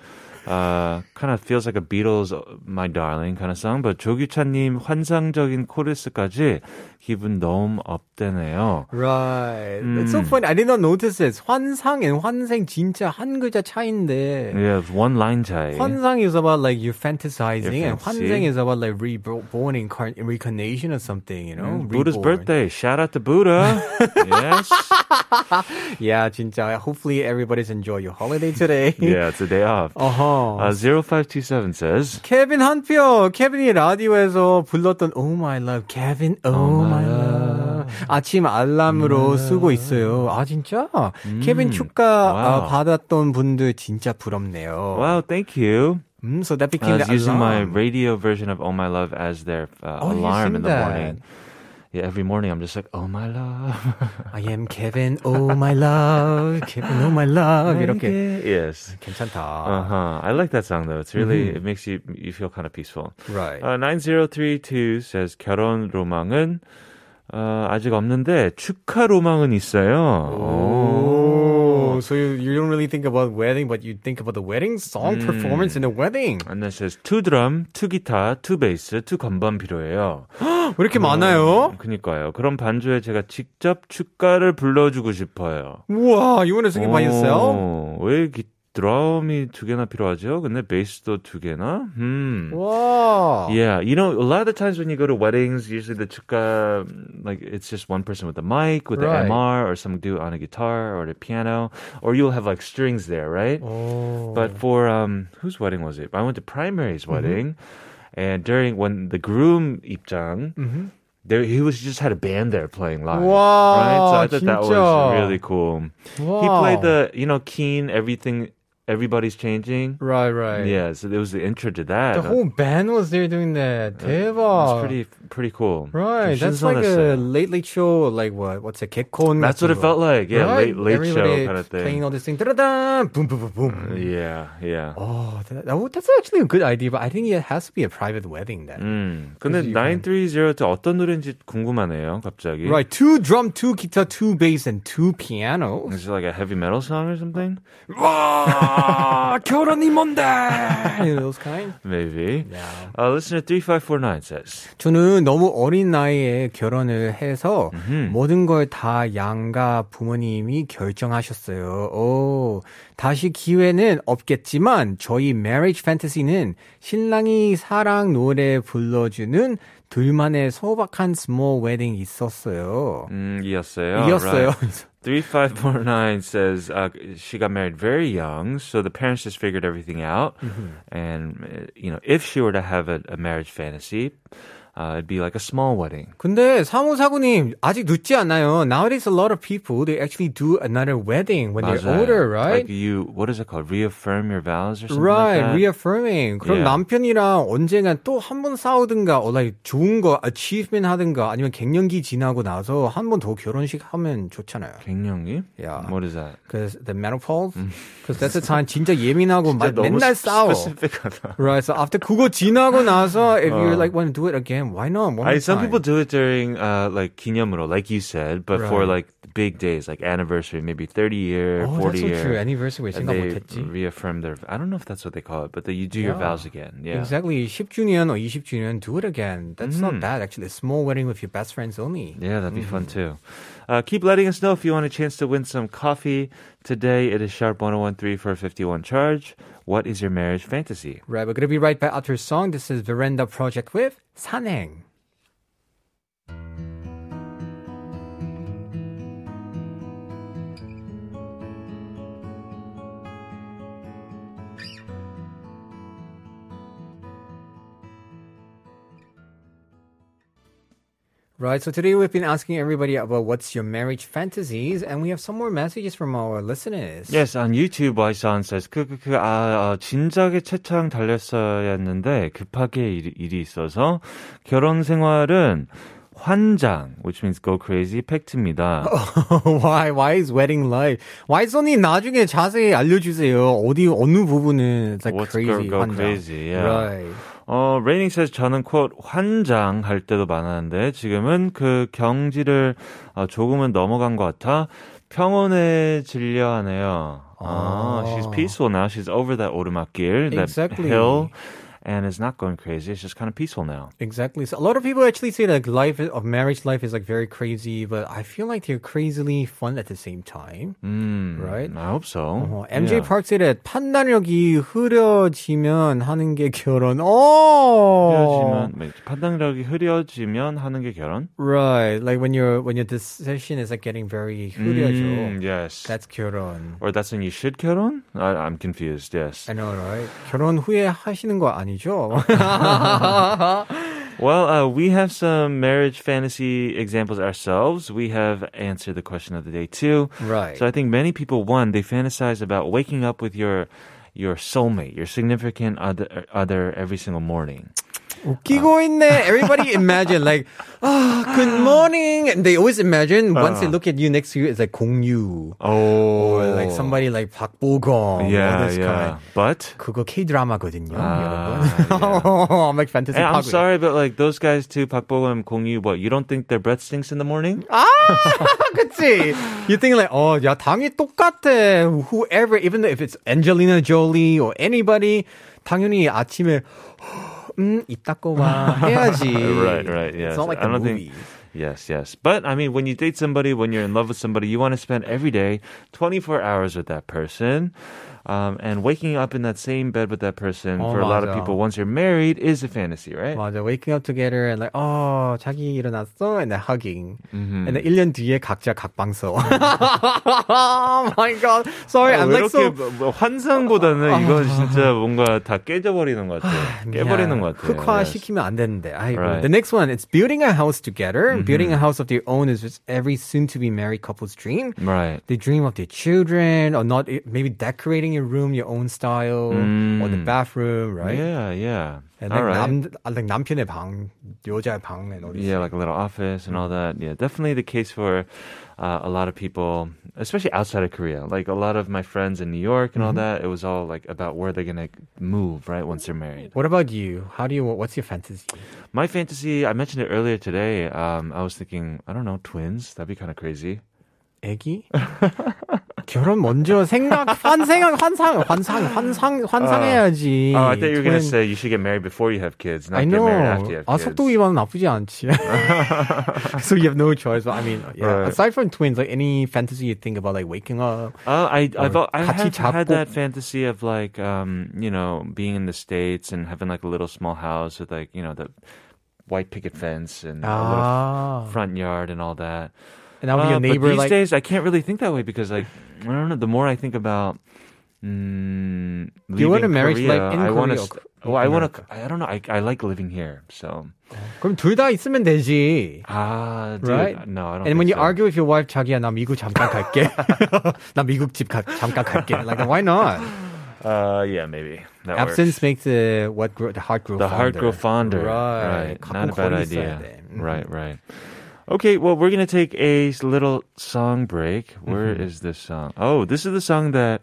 Speaker 1: uh, kind of feels like a Beatles uh, "My Darling" kind of song, but 조규찬님 환상적인 코러스까지 기분 너무 업되네요.
Speaker 2: Right. It's so funny. I did not notice this. 환상 and 환생 진짜 한 글자 차이인데.
Speaker 1: Yeah, it's one line 차이.
Speaker 2: 환상 is about like you're fantasizing,
Speaker 1: Your
Speaker 2: and
Speaker 1: fantasy.
Speaker 2: 환생 is about like reborn incarn- reincarnation or something, you know?
Speaker 1: Buddha's
Speaker 2: Reborn.
Speaker 1: birthday. Shout out to Buddha. yes.
Speaker 2: Yeah, 진짜. Hopefully everybody's enjoy your holiday today.
Speaker 1: Yeah, it's a day off.
Speaker 2: Uh-huh.
Speaker 1: Uh, 0527 says,
Speaker 2: 케빈 한표, 케빈이 라디오에서 불렀던 Oh My Love, 케빈 Oh, My Love. 아침 알람으로 쓰고 있어요. 아 진짜? 케빈 축가 아,
Speaker 1: 와우.
Speaker 2: 받았던 분들 진짜 부럽네요.
Speaker 1: Wow, thank you.
Speaker 2: 음, so
Speaker 1: I
Speaker 2: that became
Speaker 1: was
Speaker 2: the
Speaker 1: using my
Speaker 2: alarm.
Speaker 1: radio version of Oh My Love as their uh,
Speaker 2: Oh, you're
Speaker 1: alarm in
Speaker 2: using
Speaker 1: the
Speaker 2: that.
Speaker 1: morning. Yeah, every morning I'm just like, Oh My Love.
Speaker 2: I am Kevin, oh my love, Kevin, oh my love 이렇게 아.
Speaker 1: yes. Uh
Speaker 2: 괜찮다.
Speaker 1: huh. I like that song though. It's really it makes you you feel kind of peaceful.
Speaker 2: Right.
Speaker 1: Uh, 9032 says 결혼 로망은 어, 아직 없는데 축하 로망은 있어요.
Speaker 2: Oh, so you, you don't really think about wedding, but you think about the wedding song performance in the wedding.
Speaker 1: And then says two drum, two guitar, two bass, two 건반 필요해요.
Speaker 2: 왜 이렇게
Speaker 1: 음.
Speaker 2: 많아요?
Speaker 1: 그니까요. 그런 반주에 제가 직접 축가를 불러주고 싶어요.
Speaker 2: 우와, you want to sing it by yourself?
Speaker 1: 어, 왜 기, 드럼이 두 개나 필요하죠? 근데 베이스도 두 개나? 음.
Speaker 2: Wow.
Speaker 1: Yeah, you know, a lot of the times when you go to weddings, usually the chukka, like it's just one person with a mic, with
Speaker 2: Right.
Speaker 1: the MR, or some dude on a guitar or the piano, or you'll have like strings there, right?
Speaker 2: Oh. Mm-hmm.
Speaker 1: But for um, whose wedding was it? I went to primary's wedding, and during when the groom 입장,
Speaker 2: Mm-hmm.
Speaker 1: there he was just had a band there playing live. Right, so
Speaker 2: Wow,
Speaker 1: I thought that was
Speaker 2: 진짜.
Speaker 1: really cool. He
Speaker 2: Wow.
Speaker 1: played the you know keen everything, everybody's changing.
Speaker 2: Right, right.
Speaker 1: Yeah, so there was the intro to that.
Speaker 2: The
Speaker 1: Uh,
Speaker 2: whole band was there doing that.
Speaker 1: it's
Speaker 2: 대박.
Speaker 1: pretty pretty cool.
Speaker 2: Uh, Right,
Speaker 1: 좀
Speaker 2: that's like a
Speaker 1: 신선했어요.
Speaker 2: late late show, like what? What's it? 개콘.
Speaker 1: That's what it felt like. Yeah,
Speaker 2: right?
Speaker 1: late late
Speaker 2: Everybody
Speaker 1: show kind of thing. Uh,
Speaker 2: Playing all this thing, da-da-da, boom, boom, boom, boom.
Speaker 1: Yeah, yeah.
Speaker 2: Oh, that, that, would- that's actually a good idea, but I think it has to be a private wedding
Speaker 1: Mm,
Speaker 2: then.
Speaker 1: 음, Hmm. 근데
Speaker 2: 그래서 이건-
Speaker 1: 930때 어떤 노래인지 궁금하네요, 갑자기.
Speaker 2: Right, two drum, two guitar, two bass, and two pianos.
Speaker 1: Is it like a heavy metal song or something? Ah,
Speaker 2: 아, 결혼이 뭔데? You know, those kind.
Speaker 1: Maybe. Uh, listener 3549 says,
Speaker 2: 저는 너무 어린 나이에 결혼을 해서 모든 걸 다 양가 부모님이 결정하셨어요. 오, 다시 기회는 없겠지만 저희 marriage fantasy는 신랑이 사랑 노래 불러주는 둘만의 소박한 small wedding 있었어요.
Speaker 1: 음, Hmm, 이었어요.
Speaker 2: 이었어요.
Speaker 1: Right. 3549 says uh, she got married very young, so the parents just figured everything out.
Speaker 2: Mm-hmm.
Speaker 1: And, uh, you know, if she were to have a, a marriage fantasy, uh, it'd be like a small wedding.
Speaker 2: 근데 3549님 아직 늦지 않아요. Nowadays a lot of people they actually do another wedding when they're
Speaker 1: 맞아요.
Speaker 2: older, right?
Speaker 1: Like you, what is it called? Reaffirm your vows or something
Speaker 2: Right,
Speaker 1: like that?
Speaker 2: reaffirming.
Speaker 1: Yeah.
Speaker 2: 그럼 남편이랑 언젠가 또 한 번 싸우든가, or like 좋은 거 achievement 하든가, 아니면 갱년기 지나고 나서 한 번 더 결혼식 하면 좋잖아요.
Speaker 1: 음. 갱년기?
Speaker 2: Yeah.
Speaker 1: What is that?
Speaker 2: Cause the menopause, cause that's the time 진짜 예민하고 막
Speaker 1: 음. 너무
Speaker 2: 맨날
Speaker 1: 스-
Speaker 2: 싸워.
Speaker 1: specific하다.
Speaker 2: Right, so after 그거 지나고 나서 if you like want to do it again, why not?
Speaker 1: I,
Speaker 2: One more
Speaker 1: 어. some
Speaker 2: time.
Speaker 1: people do it during uh, like 기념으로, like you said, but for
Speaker 2: Right.
Speaker 1: like big days, like anniversary, maybe 30 year,
Speaker 2: oh,
Speaker 1: 40
Speaker 2: that's so
Speaker 1: year.
Speaker 2: true. Anniversary
Speaker 1: And
Speaker 2: 생각
Speaker 1: they
Speaker 2: 못했지.
Speaker 1: reaffirm their. I don't know if that's what they call it, but that you do your
Speaker 2: Yeah.
Speaker 1: vows again. Yeah. 음.
Speaker 2: Exactly. 10주년 or 20주년, do it again. That's not bad, actually. A small wedding with your best friends only.
Speaker 1: Yeah, that'd be fun
Speaker 2: Mm-hmm.
Speaker 1: too. Uh, keep letting us know if you want a chance to win some coffee. Today it is sharp 1013 for a 51 charge. What is your marriage fantasy?
Speaker 2: Right, we're gonna be right back after a song. This is Veranda Project with 산행. Right, so today we've been asking everybody about what's your marriage fantasies, and we have some more messages from our listeners.
Speaker 1: Yes, on YouTube, Waisan says, 크크크, 아, 아, 진작에 채창 달렸어야 했는데, 급하게 일, 일이 있어서, 결혼 생활은 환장, which means go crazy, 팩트입니다.
Speaker 2: why why is wedding life? Why is only 나중에 자세히 알려주세요. 어디 어느 부분은 it's like
Speaker 1: What's
Speaker 2: crazy,
Speaker 1: go- go
Speaker 2: 환장.
Speaker 1: crazy, yeah.
Speaker 2: Right.
Speaker 1: 어, 레이닝 says 저는 곧 환장할 때도 많았는데 지금은 그 경지를 어, 조금은 넘어간 것 같아 평온해질려 하네요. 아,
Speaker 2: 아.
Speaker 1: she's peaceful now. She's over that 오르막길, that
Speaker 2: Exactly.
Speaker 1: hill, and is not going crazy. It's just kind of peaceful now.
Speaker 2: Exactly. So a lot of people actually say like life of marriage life is like very crazy, but I feel like they're crazily fun at the same time.
Speaker 1: Mm,
Speaker 2: Right.
Speaker 1: I hope so.
Speaker 2: 어,
Speaker 1: Yeah.
Speaker 2: MJ Park said that 판단력이 흐려지면 하는 게 결혼. 어.
Speaker 1: 흐려지면 뭐, 판단력이 흐려지면 하는 게 결혼.
Speaker 2: Right. Like when your when your decision is like getting very 흐려져.
Speaker 1: Mm, yes.
Speaker 2: That's 결혼.
Speaker 1: or that's when you should 결혼. I, I'm confused. Yes.
Speaker 2: I know, right? 결혼 후에 하시는 거 아니죠?
Speaker 1: Well, uh, we have some marriage fantasy examples ourselves. We have answered the question of the day too.
Speaker 2: Right.
Speaker 1: So I think many people, one, they fantasize about waking up with your your soulmate, your significant other, other every single morning.
Speaker 2: 웃기고 있네. Everybody imagine like, ah, good morning. And they always imagine
Speaker 1: 아.
Speaker 2: once they look at you next to you, it's like 공유
Speaker 1: Oh,
Speaker 2: or like somebody like 박보검.
Speaker 1: Yeah,
Speaker 2: or this
Speaker 1: yeah.
Speaker 2: Kind.
Speaker 1: But
Speaker 2: 그거 K 드라마거든요,
Speaker 1: 아,
Speaker 2: 여러분. I'm like fantasy.
Speaker 1: and I'm
Speaker 2: 파고요.
Speaker 1: sorry, but like those guys too, Park Bogum, Kong Yu, what? You don't think their breath stinks in the morning?
Speaker 2: Ah, 그치? You think like, oh, 야, 당연히 똑같아. Whoever, even if it's Angelina Jolie or anybody, 당연히 아침에, 음, 이따 거봐 해야지.
Speaker 1: Right, right,
Speaker 2: It's
Speaker 1: yes.
Speaker 2: not like
Speaker 1: I
Speaker 2: the
Speaker 1: don't think-
Speaker 2: movie.
Speaker 1: Yes, yes. But I mean, when you date somebody, when you're in love with somebody, you want to spend every day, 24 hours with that person. Um, and waking up in that same bed with that person
Speaker 2: Oh,
Speaker 1: for a lot of
Speaker 2: 맞아.
Speaker 1: people, once you're married, is a fantasy, right?
Speaker 2: 맞아. Waking up together and like, 어, 자기 일어났어? And then hugging.
Speaker 1: Mm-hmm.
Speaker 2: And then 1년 뒤에 각자 각방서. oh my god. Sorry,
Speaker 1: 아,
Speaker 2: I'm
Speaker 1: 왜
Speaker 2: like
Speaker 1: 이렇게
Speaker 2: so.
Speaker 1: 뭐- 뭐 환상보다는 이건 진짜 뭔가 다 깨져버리는 것 같아요. 깨버리는 것 같아요. Yes.
Speaker 2: 흑화시키면 안 되는데. 아이고.
Speaker 1: Right. Mm-hmm.
Speaker 2: The next one, it's building a house together. Building a house of their own is just every soon-to-be married couple's dream.
Speaker 1: Right.
Speaker 2: They dream of their children or not maybe decorating your room your own style or the bathroom, right?
Speaker 1: Yeah, Mm. yeah.
Speaker 2: And
Speaker 1: All
Speaker 2: like,
Speaker 1: right.
Speaker 2: 남, like 남편의 방, 여자의 방 and all this.
Speaker 1: Yeah, like a little office and all that. Yeah, definitely the case for uh, a lot of people, especially outside of Korea. Like a lot of my friends in New York and all
Speaker 2: Mm-hmm.
Speaker 1: that, it was all like about where they're gonna move, right, once they're married.
Speaker 2: What about you? How do you, what's your fantasy?
Speaker 1: My fantasy, I mentioned it earlier today. Um, I was thinking, I don't know, twins. That'd be kind of crazy.
Speaker 2: 애기? 결혼 먼저 생각 환생 환상 환상 환상 환상해야지.
Speaker 1: Oh, 아. I thought you were gonna
Speaker 2: 저는-
Speaker 1: say you should get married before you have kids, not
Speaker 2: I
Speaker 1: get
Speaker 2: know.
Speaker 1: married after you have
Speaker 2: 아
Speaker 1: kids.
Speaker 2: 속도 위반은 나쁘지 않지. so you have no choice. But I mean, yeah.
Speaker 1: Right.
Speaker 2: Aside from twins, like any fantasy you think about, like waking up.
Speaker 1: Uh, I I've,
Speaker 2: Or
Speaker 1: al- I
Speaker 2: 같이
Speaker 1: have had
Speaker 2: 잡고-
Speaker 1: that fantasy of like um you know being in the states and having like a little small house with like you know the white picket fence and a little
Speaker 2: Ah,
Speaker 1: front yard and all that.
Speaker 2: and that would be
Speaker 1: Uh,
Speaker 2: your neighbor.
Speaker 1: 아. but these
Speaker 2: Like,
Speaker 1: days, I can't really think that way because like I don't know. The more I think about. Mm,
Speaker 2: Do you
Speaker 1: leaving
Speaker 2: want a marriage
Speaker 1: Korea,
Speaker 2: like in
Speaker 1: I want
Speaker 2: Korea
Speaker 1: to.
Speaker 2: or K-
Speaker 1: Well, I want to.
Speaker 2: America?
Speaker 1: I don't know. I, I like living here. So
Speaker 2: 그럼 둘 다 있으면 되지.
Speaker 1: ah, dude,
Speaker 2: Right?
Speaker 1: no, I don't.
Speaker 2: And
Speaker 1: think
Speaker 2: when you
Speaker 1: so.
Speaker 2: argue with your wife, 자기야 나 미국 잠깐 갈게. 나 미국 집 가, 잠깐 갈게. Like why not?
Speaker 1: uh, yeah, maybe that works.
Speaker 2: Absence makes the what grow, the heart grow
Speaker 1: the
Speaker 2: fonder.
Speaker 1: heart grow fonder.
Speaker 2: Right.
Speaker 1: right. Not a
Speaker 2: 가끔
Speaker 1: bad
Speaker 2: 거리
Speaker 1: idea.
Speaker 2: 있어야 돼. 음.
Speaker 1: Right, right. Okay, well, we're going to take a little song break. Where is this song? Oh, this is the song that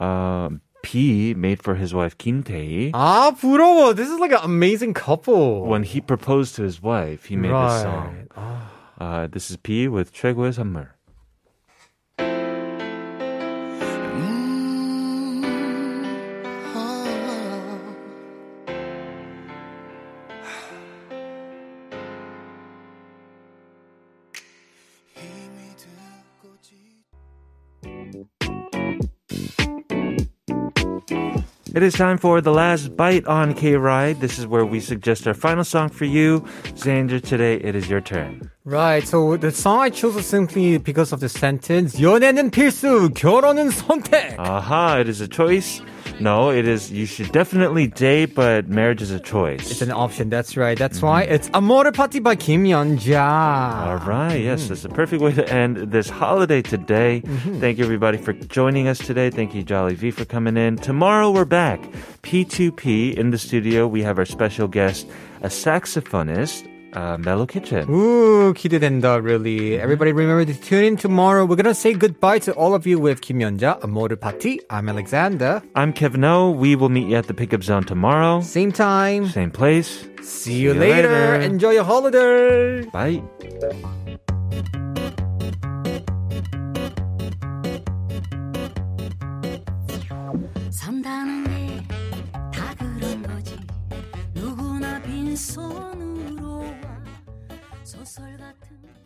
Speaker 1: uh, P made for his wife, Kim Tae.
Speaker 2: 아 부러워. This is like an amazing couple.
Speaker 1: When he proposed to his wife, he made this song. Uh, this is P with 최고의 선물. It is time for the last bite on K Ride. This is where we suggest our final song for you. Xander, today it is your turn.
Speaker 2: Right. So the song I chose was simply because of the sentence 연애는 필수, 결혼은 선택.
Speaker 1: Aha, it is a choice. No, it is, you should definitely date, but marriage is a choice.
Speaker 2: It's an option. That's right. That's why it's Amore Party by Kim
Speaker 1: All
Speaker 2: Yeonja.
Speaker 1: right.
Speaker 2: Mm.
Speaker 1: Yes, that's the perfect way to end this holiday today.
Speaker 2: Mm-hmm.
Speaker 1: Thank you, everybody, for joining us today. Thank you, Jolly V, for coming in. Tomorrow, we're back. P2P in the studio. We have our special guest, a saxophonist, uh, Mellow Kitchen.
Speaker 2: Ooh, 기대된다, really. Everybody remember to tune in tomorrow. We're gonna say goodbye to all of you with Kim Yeonja, Amore Party. I'm Alexander.
Speaker 1: I'm Kevin O. We will meet you at the pickup zone tomorrow.
Speaker 2: Same time.
Speaker 1: Same place.
Speaker 2: See you later. Enjoy your holiday.
Speaker 1: Bye.
Speaker 3: 산다는 게 다 그런 거지 누구나 빈손으로 와 소설 같은